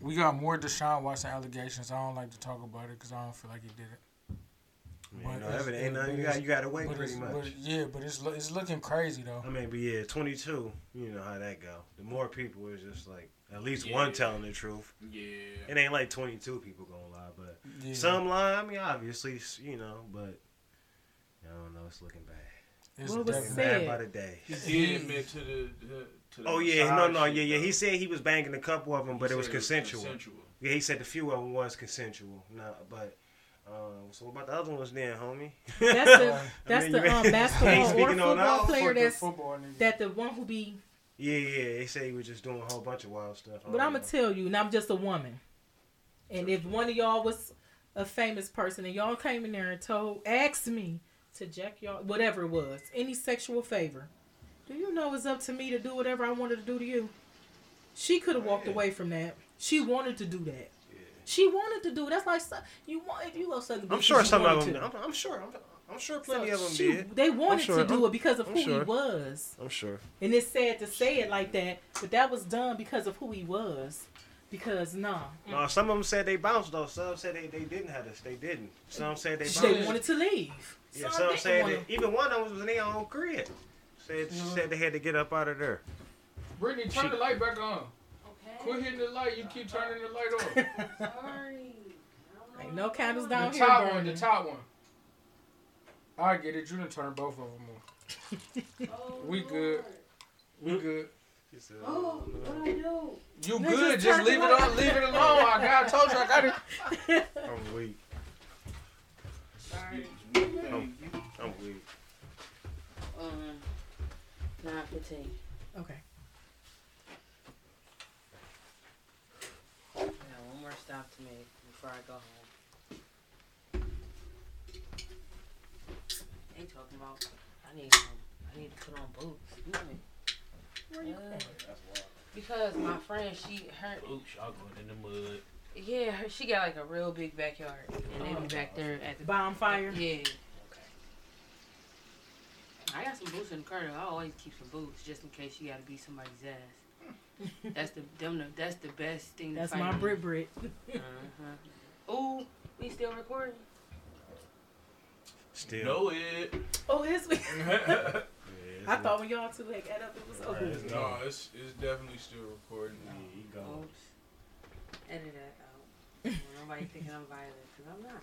D: we got more Deshaun Watson allegations. I don't like to talk about it because I don't feel like he did it.
E: Man, you know,
D: it's-
E: everything- ain't
D: but
E: nothing. You
D: it's-
E: got you got to wait
D: But
E: pretty
D: it's- but
E: much. Um,
D: yeah, but it's lo- it's looking crazy though.
E: I mean, but yeah, 22. You know how that go. The more people is just like at least one
G: Yeah.
E: telling the truth.
G: Yeah.
E: It ain't like 22 people gonna lie, but
D: Yeah.
E: some lie. I mean, obviously, s- you know, but I don't know. It's looking bad.
D: It's
C: What was
D: definitely-
C: said?
E: Bad by the day.
G: He did admit to the. the to the
E: Oh yeah, no,
G: massage
E: no,
G: shit,
E: yeah, yeah.
G: though.
E: He said he was banging a couple of them, but
G: He
E: it was
G: said
E: consensual.
G: consensual.
E: Yeah, he said the few of them was consensual. Nah, but um, so what about the other ones then, homie?
C: That's the that's
E: mean,
C: the
E: you-
C: um,
E: ain't
C: basketball or
E: speaking on
C: football
E: all
C: player
D: Fucking
C: that's
D: football nigga.
C: that the one who be.
E: Yeah, yeah. They say he was just doing a whole bunch of wild stuff. Oh,
C: But
E: I don't
C: I'm gonna
E: know.
C: tell you, and I'm just a woman. And if one of y'all was a famous person and y'all came in there and told, asked me to jack y'all, whatever it was, any sexual favor, do you know it's up to me to do whatever I wanted to do to you? She could have walked away from that. She wanted to do that. She wanted to do. it. That's like su- you want if you go suck. a dick,
E: I'm sure
C: you
E: some
C: wanted
E: of them.
C: to.
E: I'm, I'm sure. I'm, I'm sure
C: So
E: plenty of them
C: she-
E: did.
C: They wanted
E: sure.
C: to do it because of
E: I'm
C: who he
E: sure.
C: was.
E: I'm sure.
C: And it's sad to say it like that, but that was done because of who he was. Because nah,
E: No, some of them said they bounced though. Some said they, they didn't have this. They didn't. Some said they bounced.
C: they wanted to leave.
E: yeah,
C: Some
E: some
C: didn't
E: said
C: wanna-
E: that even one of them was in their own crib. Said said they had to get up out of there.
G: Brittany, turn the light back on.
F: Okay.
G: Quit hitting the light. You keep turning the light off.
F: Sorry.
C: Ain't no candles
G: The
C: down here
G: top one, the
C: burning.
G: top one.
D: I get it. You done turn both of them on. We good. We good.
F: Oh, what do I do?
D: You
C: Nigga,
D: good?
C: just
D: Just
C: turn
D: leave it
C: the light-
D: on. Leave it alone. I got. I told you. I got it.
E: I'm weak.
F: Sorry.
E: I'm, I'm weak.
F: Um, not fatigue.
C: Okay.
F: I got one more stop to make before I go home. They talking about I need some. I need to put on boots. Mm. Uh, because my friend, she her
B: Oops, y'all going in the mud.
F: yeah, her, she got like a real big backyard, and they be back there at the
C: Bonfire.
F: Yeah. Okay. I got some boots in the car. though. I always keep some boots just in case you gotta beat somebody's ass. that's the them. the- That's the best thing.
C: Hmm. That's
F: to fight
C: my
F: with.
C: Brit Brit.
F: Uh-huh. Ooh, we still recording?
E: Still.
G: Know it.
C: Oh, is we?
E: Yeah, it's
C: I
E: a-
C: thought when y'all two had got up, it was over.
E: Alright.
G: No, it's it's definitely still recording.
E: Yeah, he gone.
F: Oops. Edit that out. I don't want Nobody thinking I'm violent,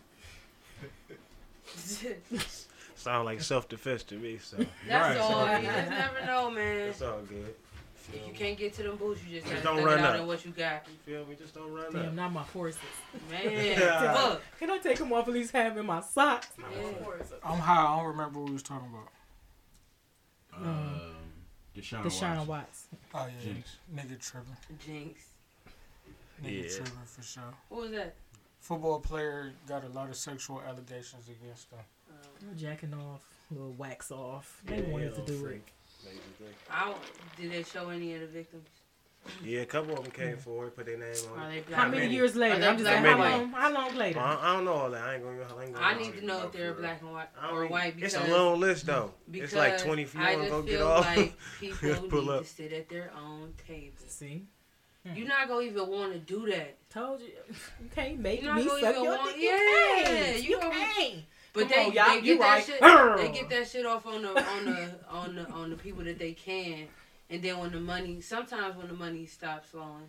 F: cause I'm not.
E: Sound like self defense to me. So
F: That's
E: Right.
F: all. You just never know, man.
E: It's all good.
F: If you can't get to them boots, you just
E: Just
F: gotta
E: don't
F: thug
E: run
F: it out
E: up.
F: in what you got,
E: You feel me? Just don't run
C: Damn,
E: up.
C: not my horses.
F: man.
E: Yeah.
F: Look,
C: Can I take them off at least having my socks? Not my
F: Yeah.
C: horses.
D: I'm high. I don't remember what we was talking about.
G: Um, Deshaun.
C: Deshaun
G: Watson.
C: Watts.
D: Oh yeah,
G: Jinx.
D: nigga tripping.
F: Jinx.
D: Nigga
E: Yeah.
D: tripping for sure.
F: What was that?
D: Football player got a lot of sexual allegations against him.
C: They're jacking off, little wax off.
E: Yeah,
C: They wanted
E: yeah,
C: to do
E: freak.
C: it.
E: Basically.
F: I did they show any of the victims?
E: Yeah, a couple of them came forward, put their name
F: Are
E: on. it.
F: they black?
C: How
E: Not
C: many
E: many.
C: years later?
F: Are they
C: I'm just like,
E: black
C: how
E: and white?
C: long? How long later?
E: I, I don't know all that. I ain't gonna. I, ain't gonna
F: I
E: go
F: need
E: all
F: to know if
E: about
F: they're
E: for-
F: black and white
E: I
F: or
E: don't-
F: white because
E: It's a long list though.
F: because
E: It's like twenty. If you
F: I
E: want to
F: just
E: go get
F: feel
E: all.
F: like people
E: pull
F: need
E: up.
F: to sit at their own table.
C: See, Hmm.
F: You're not gonna even want to do that.
C: told you, you can't make
F: You're not
C: me
F: gonna
C: suck
F: even
C: your
F: want-
C: dick. You
F: Yeah,
C: can't.
F: you
C: You
F: gonna-
C: can't.
F: But
C: Come
F: they,
C: on, y'all,
F: they
C: you
F: get
C: right.
F: that shit. they get that shit off on the on the on the on the people that they can, and then when the money sometimes when the money stops flowing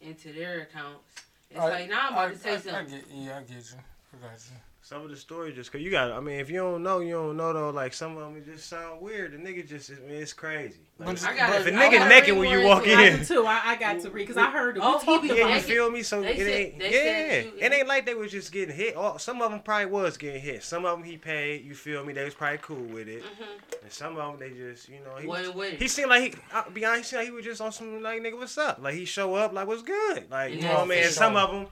F: into their accounts, it's
D: I-
F: like now I'm about
D: I-
F: to say
D: I- I
F: something.
D: get, yeah, I get you. I got you.
E: Some of the stories just cause you got. I mean, if you don't know, you don't know though. Like some of them just sound weird. The nigga just, I mean, it's crazy. Like,
D: But-
F: I gotta-
E: if a
F: I
E: nigga
F: gotta
E: naked
F: read
E: when you
F: more
E: walk
F: into
E: in,
F: it.
C: I do too. I, I got to read because I heard it.
F: Oh,
C: we talked
F: he be
C: about
E: yeah, you
F: naked.
C: it.
E: feel me? So
F: They
E: it
F: said-
E: ain't.
F: they
E: yeah,
F: said you-
E: it ain't like they was just getting hit. All, some of them probably was getting hit. Some of them he paid. You feel me? They was probably cool with it. And some of them they just, you know, he was-
F: Mm-hmm. Wasn't with it.
E: he seemed like he. I'll be honest, he seemed like he was just on some like nigga, what's up? Like he show up, like what's good? Like you
F: Yeah,
E: know what I mean?
F: for
E: And some
D: sure.
E: of them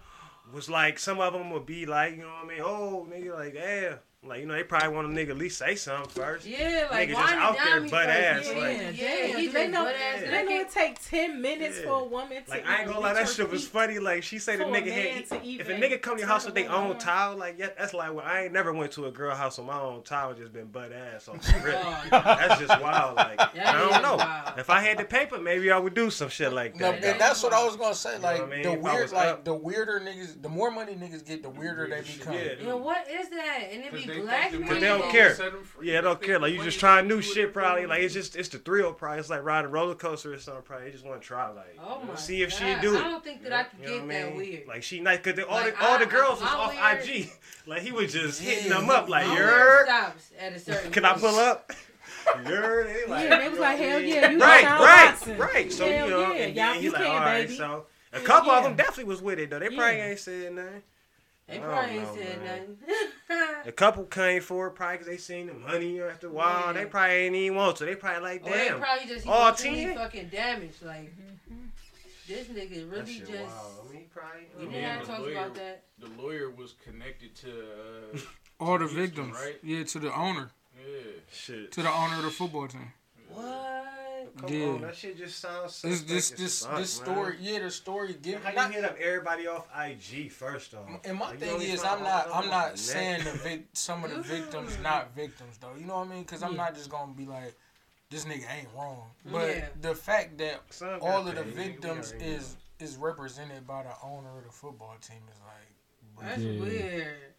E: was like, some of them would be like, you know what I mean? Oh, nigga, like yeah. Like you know, they probably want a nigga at least say something first.
F: Yeah, like
E: Niggas
F: why
E: just
F: did
E: out there
F: Diamond
E: butt
F: first?
E: ass,
F: Yeah,
E: like-
F: yeah,
C: Yeah,
F: he
C: they
F: just
C: know.
F: butt ass
C: They know
F: naked.
C: it take ten minutes
E: Yeah.
C: for a woman to.
E: Like I ain't gonna lie, that shit was funny. Like she say the
C: For a
E: nigga
C: man
E: had.
C: to
E: If a
C: even
E: nigga come to your house with
C: turn
E: their own
C: around.
E: towel, like yeah, that's like well, I ain't never went to a girl house on my own towel and just been butt ass off the rip. That's just wild. Like
F: That
E: I
F: is
E: don't know.
F: wild.
E: If I had the paper, maybe I would do some shit like
D: No,
E: that.
D: and that's what I was gonna say. Like
E: what I mean?
D: the
E: If I
D: weird,
E: was
D: like
E: up-
D: the weirder niggas, the more money niggas get, the weirder they become.
E: Yeah.
F: Yeah, what is that? And it
G: Cause
F: be
G: they
F: black
G: think
F: men.
G: the
E: But they don't
G: money
E: care.
G: set 'em free.
E: Yeah, I
G: They
E: don't
G: think
E: care. Like you
G: money
E: just
G: can
E: trying
G: do
E: new
G: it
E: shit, probably.
G: for
E: Like
G: you.
E: it's just it's the thrill, probably. It's like riding a roller coaster or something. Probably. You just want to try, like
F: Oh my
E: see if she
F: God.
E: do it.
F: I don't think that I could
E: You know
F: get
E: what I
F: that
E: mean?
F: weird.
E: Like she nice, cause they, all
F: Like,
E: the all the
F: I-
E: girls was
F: I'm
E: off
F: weird.
E: IG. Like he was just hitting
D: Yeah.
E: them up, like
F: My
E: you're.
F: weird stops at a certain.
E: Can I
F: point.
E: pull up? You're. They like,
C: Yeah, they was like, hell yeah, you
E: right,
C: Deshaun
E: right,
C: Watson.
E: right. So
C: Hell
E: you know,
C: yeah,
E: and
C: y'all-
E: then he
C: you
E: like,
C: can,
E: all right.
C: baby.
E: So a couple of
C: yeah.
E: them definitely was with it though. They probably
C: Yeah.
E: ain't said nothing.
F: They
E: I
F: probably
E: don't
F: ain't
E: know,
F: said
E: man.
F: nothing.
E: A couple came for it probably because they seen the money after a while.
F: Yeah.
E: They probably ain't even want to. They probably
C: Oh,
E: like,
F: Or they
E: damn. Oh,
F: probably just
E: All
F: emotionally
E: 10?
F: fucking damaged. Like this nigga
E: That
F: really
E: shit
F: just.
E: wild. I mean, he probably.
F: We did
G: Yeah,
F: not
G: the
F: talk
G: lawyer-
F: about that.
G: The lawyer was connected to. Uh,
D: All the
G: Houston,
D: victims.
G: right?
D: Yeah, to the owner,
G: yeah.
E: Shit.
D: to the owner of the football team.
F: What?
E: Come
D: Yeah.
E: on, that shit just sounds.
D: This
E: suspect
D: this
E: as
D: this
E: fuck,
D: this
E: man.
D: story. Yeah, the story. Give
E: How
D: not-
E: you hit up everybody off IG first off?
D: And my
E: Like, you
D: thing
E: only
D: is,
E: find
D: I'm
E: out
D: not,
E: about
D: I'm not
E: the
D: saying
E: next-
D: the vic- some of the victims not victims though. You know what I mean? Because I'm not just gonna be like, this nigga ain't wrong. But
F: Yeah.
D: the fact that
E: Son
D: all of
E: got
D: the
E: paid, nigga, we
D: victims
E: already know.
D: is is represented by the owner of the football team is like,
F: That's weird.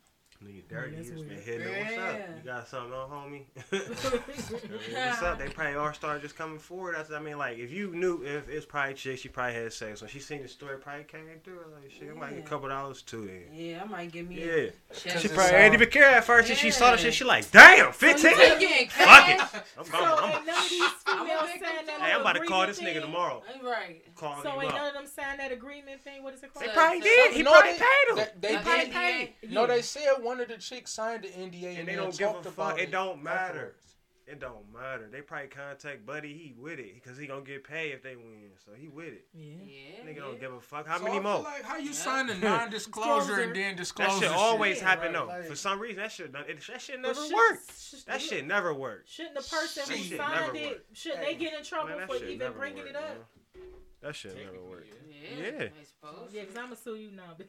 E: Nigga dirty,
C: That's
E: he just been
C: weird.
E: hitting it. What's
F: Yeah.
E: up? You got something on, homie? What's up? They probably all started just coming forward. That's, I mean, like, if you knew if it's probably chick, she probably had sex. When she seen the story, probably came through. Like, shit, it might get a
F: Yeah.
E: couple dollars too then.
F: Yeah, I might give me.
E: Yeah.
F: A
D: Cause
E: She
F: check.
D: it's
E: probably
D: all-
E: didn't even care at first. and She saw the
F: Yeah.
E: shit. She like, damn,
F: So
E: fifteen.
F: you think you getting
E: Fuck
F: cash?
E: it. I'm, I'm,
C: So
E: I'm,
C: ain't none of these females
F: I'm a
C: signed that
E: hey, I'm
C: little
E: about to call this
C: agreement
E: nigga
C: thing?
E: tomorrow.
F: Right.
E: Call
C: So
E: him
C: ain't none
E: up.
C: of them signed that agreement thing. What is it called?
E: They
F: So-
E: probably
F: so-
E: did. He
D: No,
E: probably
D: they-
E: paid him.
D: they, they
F: Like,
D: did.
F: yeah, yeah.
D: No, they said one of the chicks signed the NDA
E: And
D: and,
E: they
D: then
E: don't give
D: talked
E: a fuck.
D: about
E: It don't matter.
D: afterwards.
E: It don't matter. They probably contact Buddy. He with it because he gonna get paid if they win. So he with it.
C: Yeah.
F: Yeah.
E: Nigga
F: yeah.
E: don't give a fuck. How
D: So I
E: many
D: feel
E: more?
D: Like how you sign a non-disclosure and then disclose
E: that shit
D: the
E: always
D: shit,
E: happen
D: right?
E: though.
D: Like-
E: For some reason, that shit done- it, that shit
C: But
E: never
C: should-
E: worked.
C: sh-
E: That shit never worked.
C: Shouldn't the person
E: That
C: who
E: shit
C: signed
E: never
C: it
E: worked.
C: shouldn't they get in trouble
E: Man, that
C: for
E: shit
C: even
E: never
C: bringing
E: worked,
C: it up?
E: man. That shit never
G: Technically,
E: worked.
F: Yeah.
E: Yeah.
F: I suppose.
C: Yeah, because I'm gonna sue you now. bitch.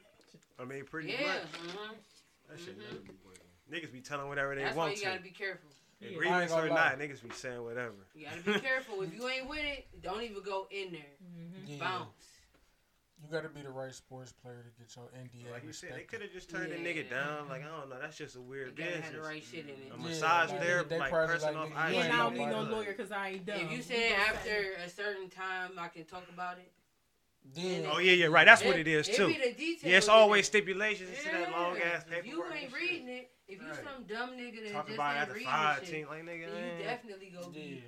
E: I mean, pretty
F: Yeah.
E: much.
F: Uh-huh.
E: That shit never be working. Niggas be telling whatever they
F: That's why
E: want
F: you gotta
E: to.
F: be careful.
C: Yeah.
D: I ain't
E: Agreements
D: gonna
E: or
D: lie.
E: not, niggas be saying whatever.
F: You gotta be careful. If you ain't with it, don't even go in there.
D: Yeah.
F: Bounce.
D: You got to be the right sports player to get your NDA.
E: Like you said, they
D: respected.
E: could have just turned the
F: Yeah.
E: nigga down. Like I don't know, that's just a
F: You
E: weird
F: gotta
E: business. Mm-hmm.
F: have the right shit in it.
E: A
D: Yeah,
E: massage
D: like,
E: therapy,
D: they
E: like
D: probably
E: person
D: like,
E: off
D: nigga, you
E: IG.
D: ain't
C: And I don't need no
D: nobody.
C: lawyer because I ain't done.
F: If you say after a certain time I can talk about it,
D: Then,
E: Oh yeah, yeah, right. That's what it is
F: it
E: too.
F: Be the details
E: Yeah, it's
F: in
E: always
F: it.
E: stipulations into that long ass
F: If
E: paperwork.
F: you
E: and
F: ain't
E: shit.
F: reading it, if you
E: Right.
F: some dumb nigga that
E: Talking about
F: just
E: it
F: ain't
E: after
F: reading
E: five,
F: shit,
E: ten, like nigga.
F: then you
E: man.
F: definitely gonna
D: yeah.
F: be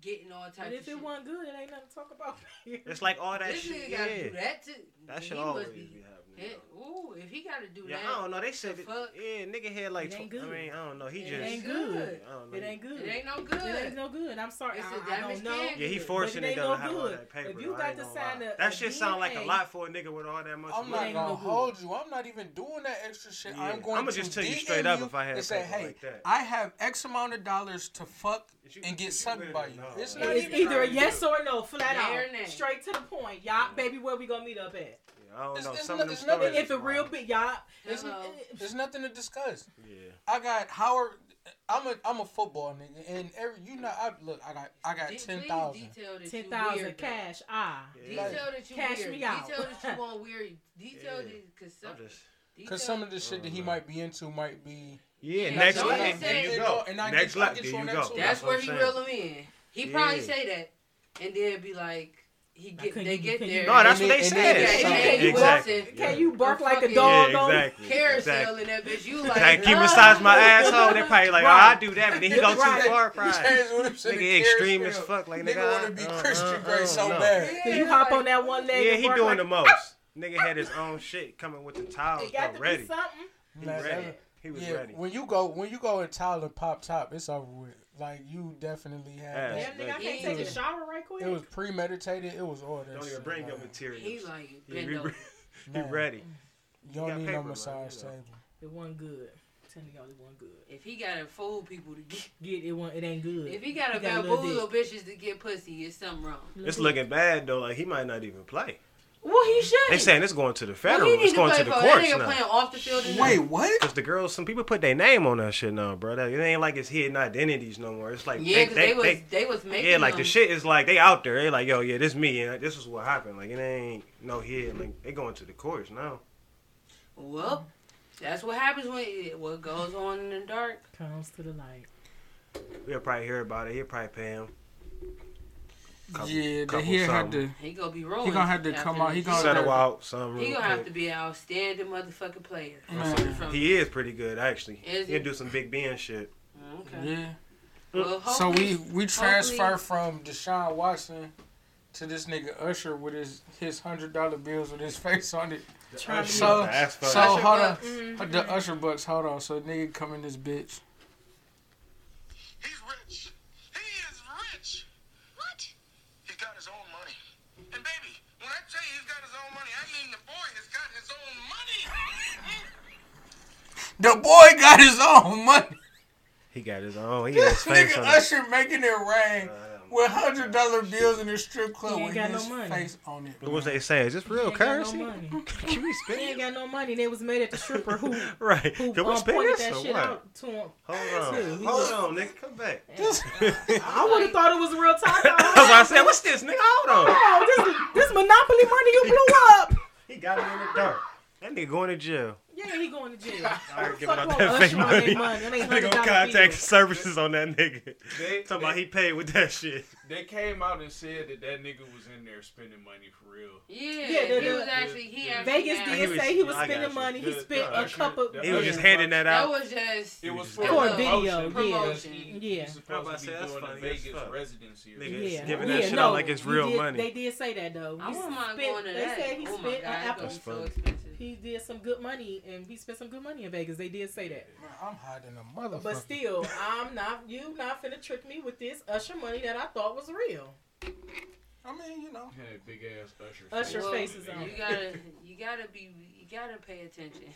F: getting all types
C: But
F: of
C: if
F: shit.
C: it wasn't good, it ain't nothing to talk about.
E: It's like all that
F: this
E: shit.
F: nigga gotta do
E: Yeah,
F: that too.
E: that
F: He
E: should
F: must
E: always
F: be-
E: be happening.
F: Hell, Ooh, if he gotta do
E: though. Yeah,
F: that,
E: I don't know. They said,
F: the
E: it,
F: fuck?
E: yeah, nigga had like.
C: It
E: Tw- I
C: ain't
E: mean,
C: good.
E: I don't know. He
F: it
E: just.
F: ain't good.
E: I don't know.
C: It ain't good.
F: It ain't no good.
C: It ain't no good. I'm sorry.
F: It's a
C: I, I
F: damaged
C: don't know.
F: kid.
E: yeah, he
F: good.
E: forcing
C: But it
E: it
C: ain't
E: though.
C: no
E: to have all
C: good.
E: that paper.
C: If you
E: though, I
C: got
E: ain't
C: to
E: gonna
C: sign
E: lie.
C: a-
E: that
C: a
E: shit sound like a
C: DNA.
E: lot for a nigga with all that
F: Oh
E: much.
D: I'm
E: money.
D: not
C: ain't
D: gonna
C: no good.
D: hold you. I'm not even doing that extra shit.
E: Yeah.
D: I'm going
E: I'ma
D: to
E: just tell you
D: DM
E: straight up if I had
D: and
E: a
D: say,
E: paper
D: hey,
E: like that.
D: I have X amount of dollars to fuck
E: Is you-
D: and get
E: is you
D: sucked
E: with
D: by
E: it or
D: you.
E: not?
D: It's
E: Yeah.
D: not
C: It's
D: even.
C: either a yes or no, flat
F: Yeah or nay. Mm-hmm.
C: out, straight to the point, y'all. Baby, where we gonna meet up at?
E: Yeah, I don't
D: It's-
E: know.
D: it's
E: Some
D: no-
E: of them
D: it's nothing-
E: stories.
C: If
E: is
C: it real
E: wild.
C: big, y'all.
F: There's
C: uh,
F: no-
D: There's nothing to discuss.
E: Yeah.
D: I got Howard. I'm a I'm a football nigga, and every you know I look. I got I got
F: Please
D: ten thousand.
F: detail that you
C: ten thousand
F: weird, though.
C: cash. Ah,
E: Yeah.
F: Detail that you
C: Cash
F: weird.
C: me out.
F: Detail that you want weird. Detail
E: Yeah.
F: that cause some,
E: I'm just.
D: Cause some of the shit that he
E: Oh, no.
D: might be into might be.
E: Yeah,
F: Yeah,
E: next
F: so
E: level.
F: I
E: There
F: said-
E: you
D: and
E: go.
D: all- and I
E: Next
D: get- I
E: level.
D: get
E: There
D: you
E: you
D: on that
E: go.
D: too.
F: That's
E: what
F: where
E: I'm
F: he
E: saying.
F: reel him in. He probably
E: Yeah.
F: say that, and then be like, he get
C: couldn't
F: they
C: even-
F: get
C: couldn't
F: there.
C: even-
E: No, that's
D: And then-
E: what they
D: and
E: said.
D: then
F: Yeah,
D: you
F: yeah, you
E: Exactly.
F: Wilson.
C: Can you bark
F: A
C: like a
F: fucking-
C: dog?
E: Yeah,
C: on-
E: exactly.
F: carousel
E: exactly.
F: in that bitch. You like,
E: Like, keep
F: "Ah."
E: massage my asshole. They probably like,
C: Right.
E: oh, I do that, but then he go too
C: Right.
E: far, probably.
D: Change what I'm saying,
E: Nigga extreme
D: Terrence
E: as
D: Hill.
E: fuck, like,
D: nigga,
E: nigga,
D: want to be
E: uh,
D: Christian
E: uh,
D: Grey
E: uh,
D: so
E: no.
D: bad.
F: Yeah,
C: Can you hop
F: like-
C: on that one leg?
E: Yeah,
C: and
E: he
C: bark
E: doing
C: like,
E: the most. Nigga had his own shit coming with the towels
C: It got
E: though,
C: to
E: ready.
C: be something.
E: He
D: Like,
E: ready.
D: uh,
E: He was
D: yeah,
E: ready.
D: when you go when you go in towel and pop top, it's over with. Like you definitely had.
E: Yeah.
D: that.
C: Damn, nigga, I can't
F: Yeah.
C: take a shower right quick.
D: It was premeditated. It was all that.
E: Don't even
D: shit,
E: bring
D: like,
E: your
F: He
E: materials.
F: like,
E: He
F: bend over.
E: re- he
D: man,
E: ready.
D: You don't
E: got
D: need
E: paper,
D: no
E: man,
D: massage
E: you know.
D: table.
C: It wasn't good. telling y'all it wasn't good.
F: If he gotta fool people to get,
C: Get it? One, it ain't good.
F: if he gotta
C: He got a
F: bamboozle
C: little
F: little bitches to get pussy, it's something wrong.
E: It's looking bad though. Like he might not even play.
F: Well, he should.
E: They saying it's going to the
F: well,
E: federal. it's going to the
F: for That
E: courts
F: nigga
E: now.
F: playing off the field. and-
D: Wait, what?
E: Cause the girls, some people put their name on that shit now, bro. That- It ain't like it's hidden identities no more. It's like
F: yeah, because they, was they, was making.
E: yeah, like
F: them.
E: the shit is like they out there. They like, yo, yeah, this me, and this is what happened. Like it ain't no hidden. Like they going to the courts now.
F: Well, that's what happens when what goes on in the dark.
C: comes to the light.
E: We'll probably hear about it. He'll probably pay him. Couple-
D: yeah, they
E: couple
D: here had
E: something.
D: to.
F: He gonna be ruined.
D: He gonna have to
F: after
D: come out. He
F: this.
D: gonna-
E: Settle out some.
F: He
E: real
F: gonna have to
E: quick.
F: be an outstanding motherfucking player.
D: Man.
F: From-
E: He is pretty good actually.
F: Is he?
E: He'll do some Big Ben shit.
F: Okay.
D: Yeah.
F: Well,
D: So
F: hopefully,
D: we we transfer from Deshaun Watson to this nigga Usher with his his hundred dollar bills with his face on it.
C: Charlie,
D: So
E: the asphalt.
D: so
F: Usher
D: hold on,
F: bucks. Mm-hmm.
D: the Usher bucks. Hold on. So nigga come in this bitch.
I: He's rich. He is rich.
H: What?
I: He's got his own money. And baby, when I tell you he's got his own money, I mean the boy has got his own money.
D: The boy got his own money.
E: He got his own. He got
D: This
E: his face
D: nigga
E: on. it.
D: Usher making it
E: Uh,
D: rain with hundred dollar bills in his strip club
C: He ain't
D: with
C: got no
D: his
C: money.
D: face on it.
E: What was they saying? Is this real
C: ain't got no
E: currency?
C: money.
E: Can we
C: He
E: spend
C: ain't
E: it?
C: got no money. They was made at the stripper who
E: Right.
C: who
E: Can we
C: um,
E: spend
C: pointed
E: this
C: that
E: or
C: shit
E: what?
C: out to him.
E: Hold
C: Dude,
E: on.
C: he
E: Hold on, nigga. Come back.
D: This-
C: I would have thought it was real time.
E: That's what I said. What's this, nigga? Hold on.
C: Oh, this this monopoly money you blew up.
E: He got him in the dark. That nigga going to jail.
C: Yeah, he going to jail.
E: I ain't
C: Fuck
E: giving
C: wrong
E: out
C: with
E: that fake
C: Usher on
E: money.
C: their money. That ain't
E: They
C: hundred
E: gonna
C: dollar
E: contact
C: bills.
E: services on that nigga.
G: They,
E: Talking about he
G: they,
E: paid with that shit.
G: they came out and said that that nigga was in there spending money for real.
F: Yeah,
C: Yeah, the-
F: he was
C: the-
F: actually he actually
C: Vegas
F: had-
C: did
E: He was-
C: say he was
E: I got
C: spending
E: you.
C: money. He
G: The-
C: spent
G: the
C: a
G: Usher-
C: cup of
G: the
E: He was just
G: Usher
E: handing that
F: That
E: out.
F: was just
G: It was
C: For a
F: uh,
C: video,
F: promotion.
C: yeah. Yeah.
G: He's
E: I'm about
G: supposed to
E: to say,
G: be
E: that's
G: doing a
E: funny as
G: Vegas
E: fuck.
G: residency. or
E: Nigga,
G: something.
C: Yeah,
E: giving
C: yeah,
E: that shit
C: no,
E: out like it's
C: he
E: real
C: did-
E: money.
C: They did say that though.
F: I
C: He
F: wouldn't mind
C: spent-
F: going to
C: they
F: that.
C: said he
F: oh my
C: spent an
F: god,
C: apple.
F: that's so
E: funny.
F: expensive.
C: He did some good money, and he spent some good money in Vegas. They did say that.
D: Man, I'm hiding a motherfucker.
C: But still, I'm not. You not finna trick me with this Usher money that I thought was real.
D: I mean, you know.
G: Had big ass Usher.
C: Usher
G: face.
F: Well,
C: face is on.
F: You gotta, you gotta be, you gotta pay attention.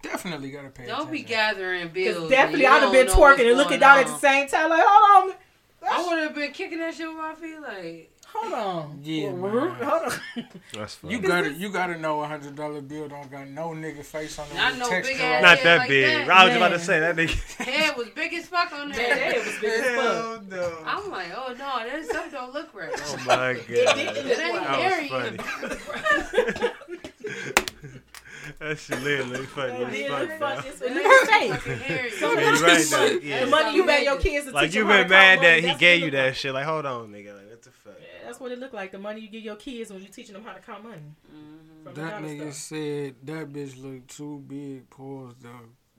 D: Definitely gotta pay
F: Don't be
D: attention.
F: gathering bills.
C: Because
F: and
C: definitely
F: you
C: I'd have
F: don't
C: been
F: know what's
C: twerking and looking
F: going
C: down at the
F: on.
C: same time like, hold on,
F: I would have been kicking that shit with my feet, like
C: hold on,
D: Yeah,
C: Hold
D: man.
C: on.
E: That's
D: You gotta, you gotta know a hundred dollar bill don't got no nigga face on it.
F: Not
D: with
F: no
D: text
F: big
D: drawer.
F: ass-
E: Not
F: Yeah,
E: that
F: like
E: big.
F: that.
E: I was about to
C: Man.
E: say that nigga.
F: head was big as fuck on
C: Man, that
F: there.
C: was big as fuck.
E: no.
F: I'm like, oh no, there's something don't look right.
E: Oh my god.
F: It ain't
E: That
F: hairy.
E: was funny. that shit lit look funny.
C: It
E: as
C: is
E: fuck,
C: look
E: bro.
C: funny. It's- Look at her face.
F: Fucking hairy.
E: Yeah, you right though.
C: Money.
E: Yeah.
C: The money you made your kids to
E: Like
C: teach them
E: you
C: how
E: been
C: to
E: mad
C: count money,
E: that he
C: that's what
E: gave you
C: it
E: that
C: look
E: shit. Like hold on, nigga. Like what the fuck?
C: like. That's what it looked like. The money you give your kids when you teach them how to count money. From the
D: That
C: dollar store.
D: nigga said that bitch look too big. Pause though.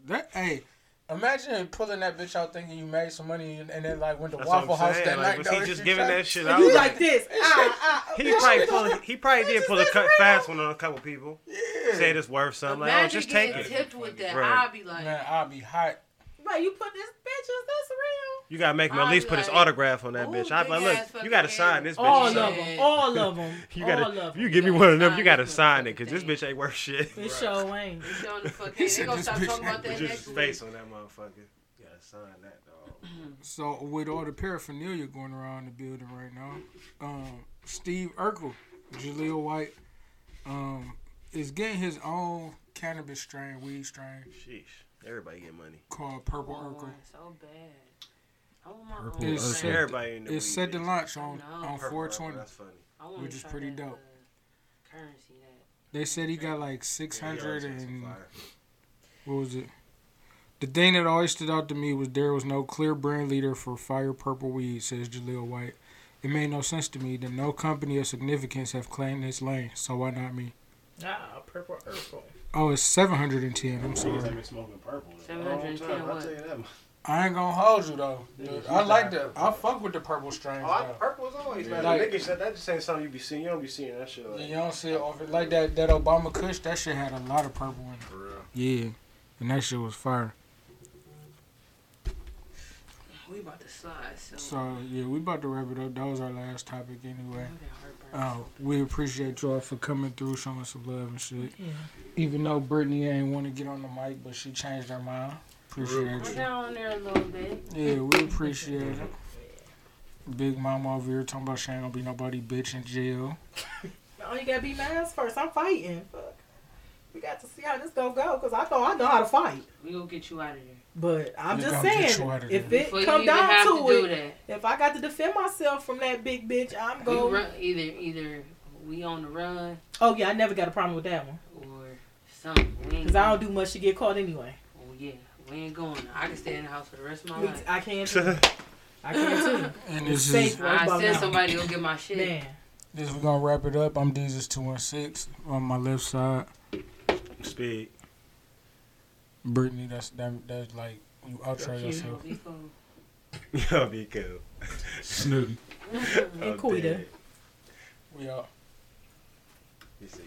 D: That hey, imagine pulling that bitch out thinking you made some money and, and then like went to
E: That's
D: Waffle
E: what I'm
D: House
E: saying.
D: that
E: Like,
D: night.
E: was
D: though,
E: he
D: and
E: just
D: shit,
E: giving
D: like-
E: that shit
C: And
E: out?
C: You like this? Ah, ah,
E: He
C: ah.
E: probably pull, he probably did pull a cut fast one on a couple people.
D: Yeah.
E: Said it's worth something. Like, oh,
F: Imagine
E: just take
F: getting
E: it.
F: tipped with that.
E: Right.
F: I'd be like,
D: Man, I'll be hot.
C: Right, you put this bitches. That's real.
E: You gotta make him at
F: I'd
E: least
F: be
E: put his
F: like,
E: autograph on that
F: ooh,
E: bitch. I'd be like,
F: big ass
E: look, you
F: fucking
E: gotta
F: hand.
E: sign this bitch.
C: All
E: or
C: of
E: something.
C: them. All of them.
E: You gotta,
C: All of
E: if
C: them.
E: you give me
F: You
E: one of
F: gotta
E: them, you
F: sign
E: gotta
F: this
E: sign it,
F: motherfucking
E: cause this bitch ain't worth shit.
C: It show ain't.
F: showing the fuck hand. They
D: said
F: gonna
D: this
F: stop
D: bitch
F: talking about
D: ain't
F: that
E: Just
F: next
E: his
F: week.
E: face on that motherfucker. You gotta sign that dog.
D: So with all the paraphernalia going around the building right now, um, Steve Urkel, Jaleel White, um, is getting his own cannabis strain, weed strain
E: Sheesh. Everybody get money.
D: called Purple
E: Oh,
F: I want
D: Urkel.
F: one Oh, so bad. I want my
D: Urkel.
F: own
D: It's Shit.
F: brand.
D: sick.
E: Everybody in the
D: It's
E: weed
D: set to
E: business.
D: launch on,
F: I know.
D: on
E: Purple,
D: 420.
E: That's funny.
F: I wanna
D: Which is
F: try
D: pretty
F: that,
D: dope.
F: uh, Currency that.
D: They said he got like
E: Yeah, he always
D: 600
E: got some
D: and
E: fire.
D: what was it? The thing that always stood out to me was there was no clear brand leader for Fire Purple Weed, says Jaleel White. It made no sense to me that no company of significance have claimed this lane, so why not me?
C: Ah, purple purple.
D: Oh, it's 710. I'm sorry.
J: been smoking purple. in a long
F: 710
J: time, I'll
F: what?
J: tell you that much.
D: I ain't gonna hold you though.
J: Nigga,
D: I
J: you
D: like
J: die
D: the. I fuck with the purple strains
J: Oh, I,
D: though.
J: purple's always bad.
D: Like-
J: Niggas, that, that just ain't something you be seeing. You don't be seeing that shit. Like,
D: You don't see it often. Like that that Obama Kush, that shit had a lot of purple in it.
G: For real.
D: Yeah. And that shit was fire.
F: We about to slide, so.
D: So yeah, we about to wrap it up. That was our last topic anyway.
F: I'm getting heartburn.
D: Uh, we appreciate y'all for coming through, showing some love and shit. Even though Brittany ain't want to get on the mic, but she changed her mind. Appreciate
F: We're
D: you.
F: down there a little bit.
D: Yeah, we appreciate it. Big Mama over here talking about she ain't gonna be nobody bitch in jail.
C: Oh, you gotta be masked first. I'm fighting. Fuck. We got to see how this gonna go because I know I know how to fight.
F: We gonna get you out of there.
C: But I'm
F: We
C: just
F: gonna get
C: saying,
F: you out of
C: if
F: there.
C: it
F: Before you
C: come
F: even
C: down
F: have
C: to,
F: to do
C: it, if I got to defend myself from that big bitch, I'm
F: We
C: going.
F: run, either either we on the run
C: Oh yeah, I never got a problem with that one
F: or something. We ain't
C: because I don't do much to get caught anyway.
F: Oh, yeah, we ain't going. I can stay in the house for the rest of my
C: Me-
F: life.
C: I can too. I can too.
D: And
C: It's
D: this
C: safe
D: is-
C: right
F: I
C: about
F: said
C: now.
F: somebody go get my shit.
C: Man,
D: This we're gonna wrap it up. I'm Jesus two one six on my left side.
E: Speed.
D: Brittany, that's that, that's like you outro
F: Cute.
D: yourself.
F: Be cool.
E: Y'all be cool.
D: Snooty.
E: I'm
C: And Quita.
E: dead.
D: We out.
E: You see.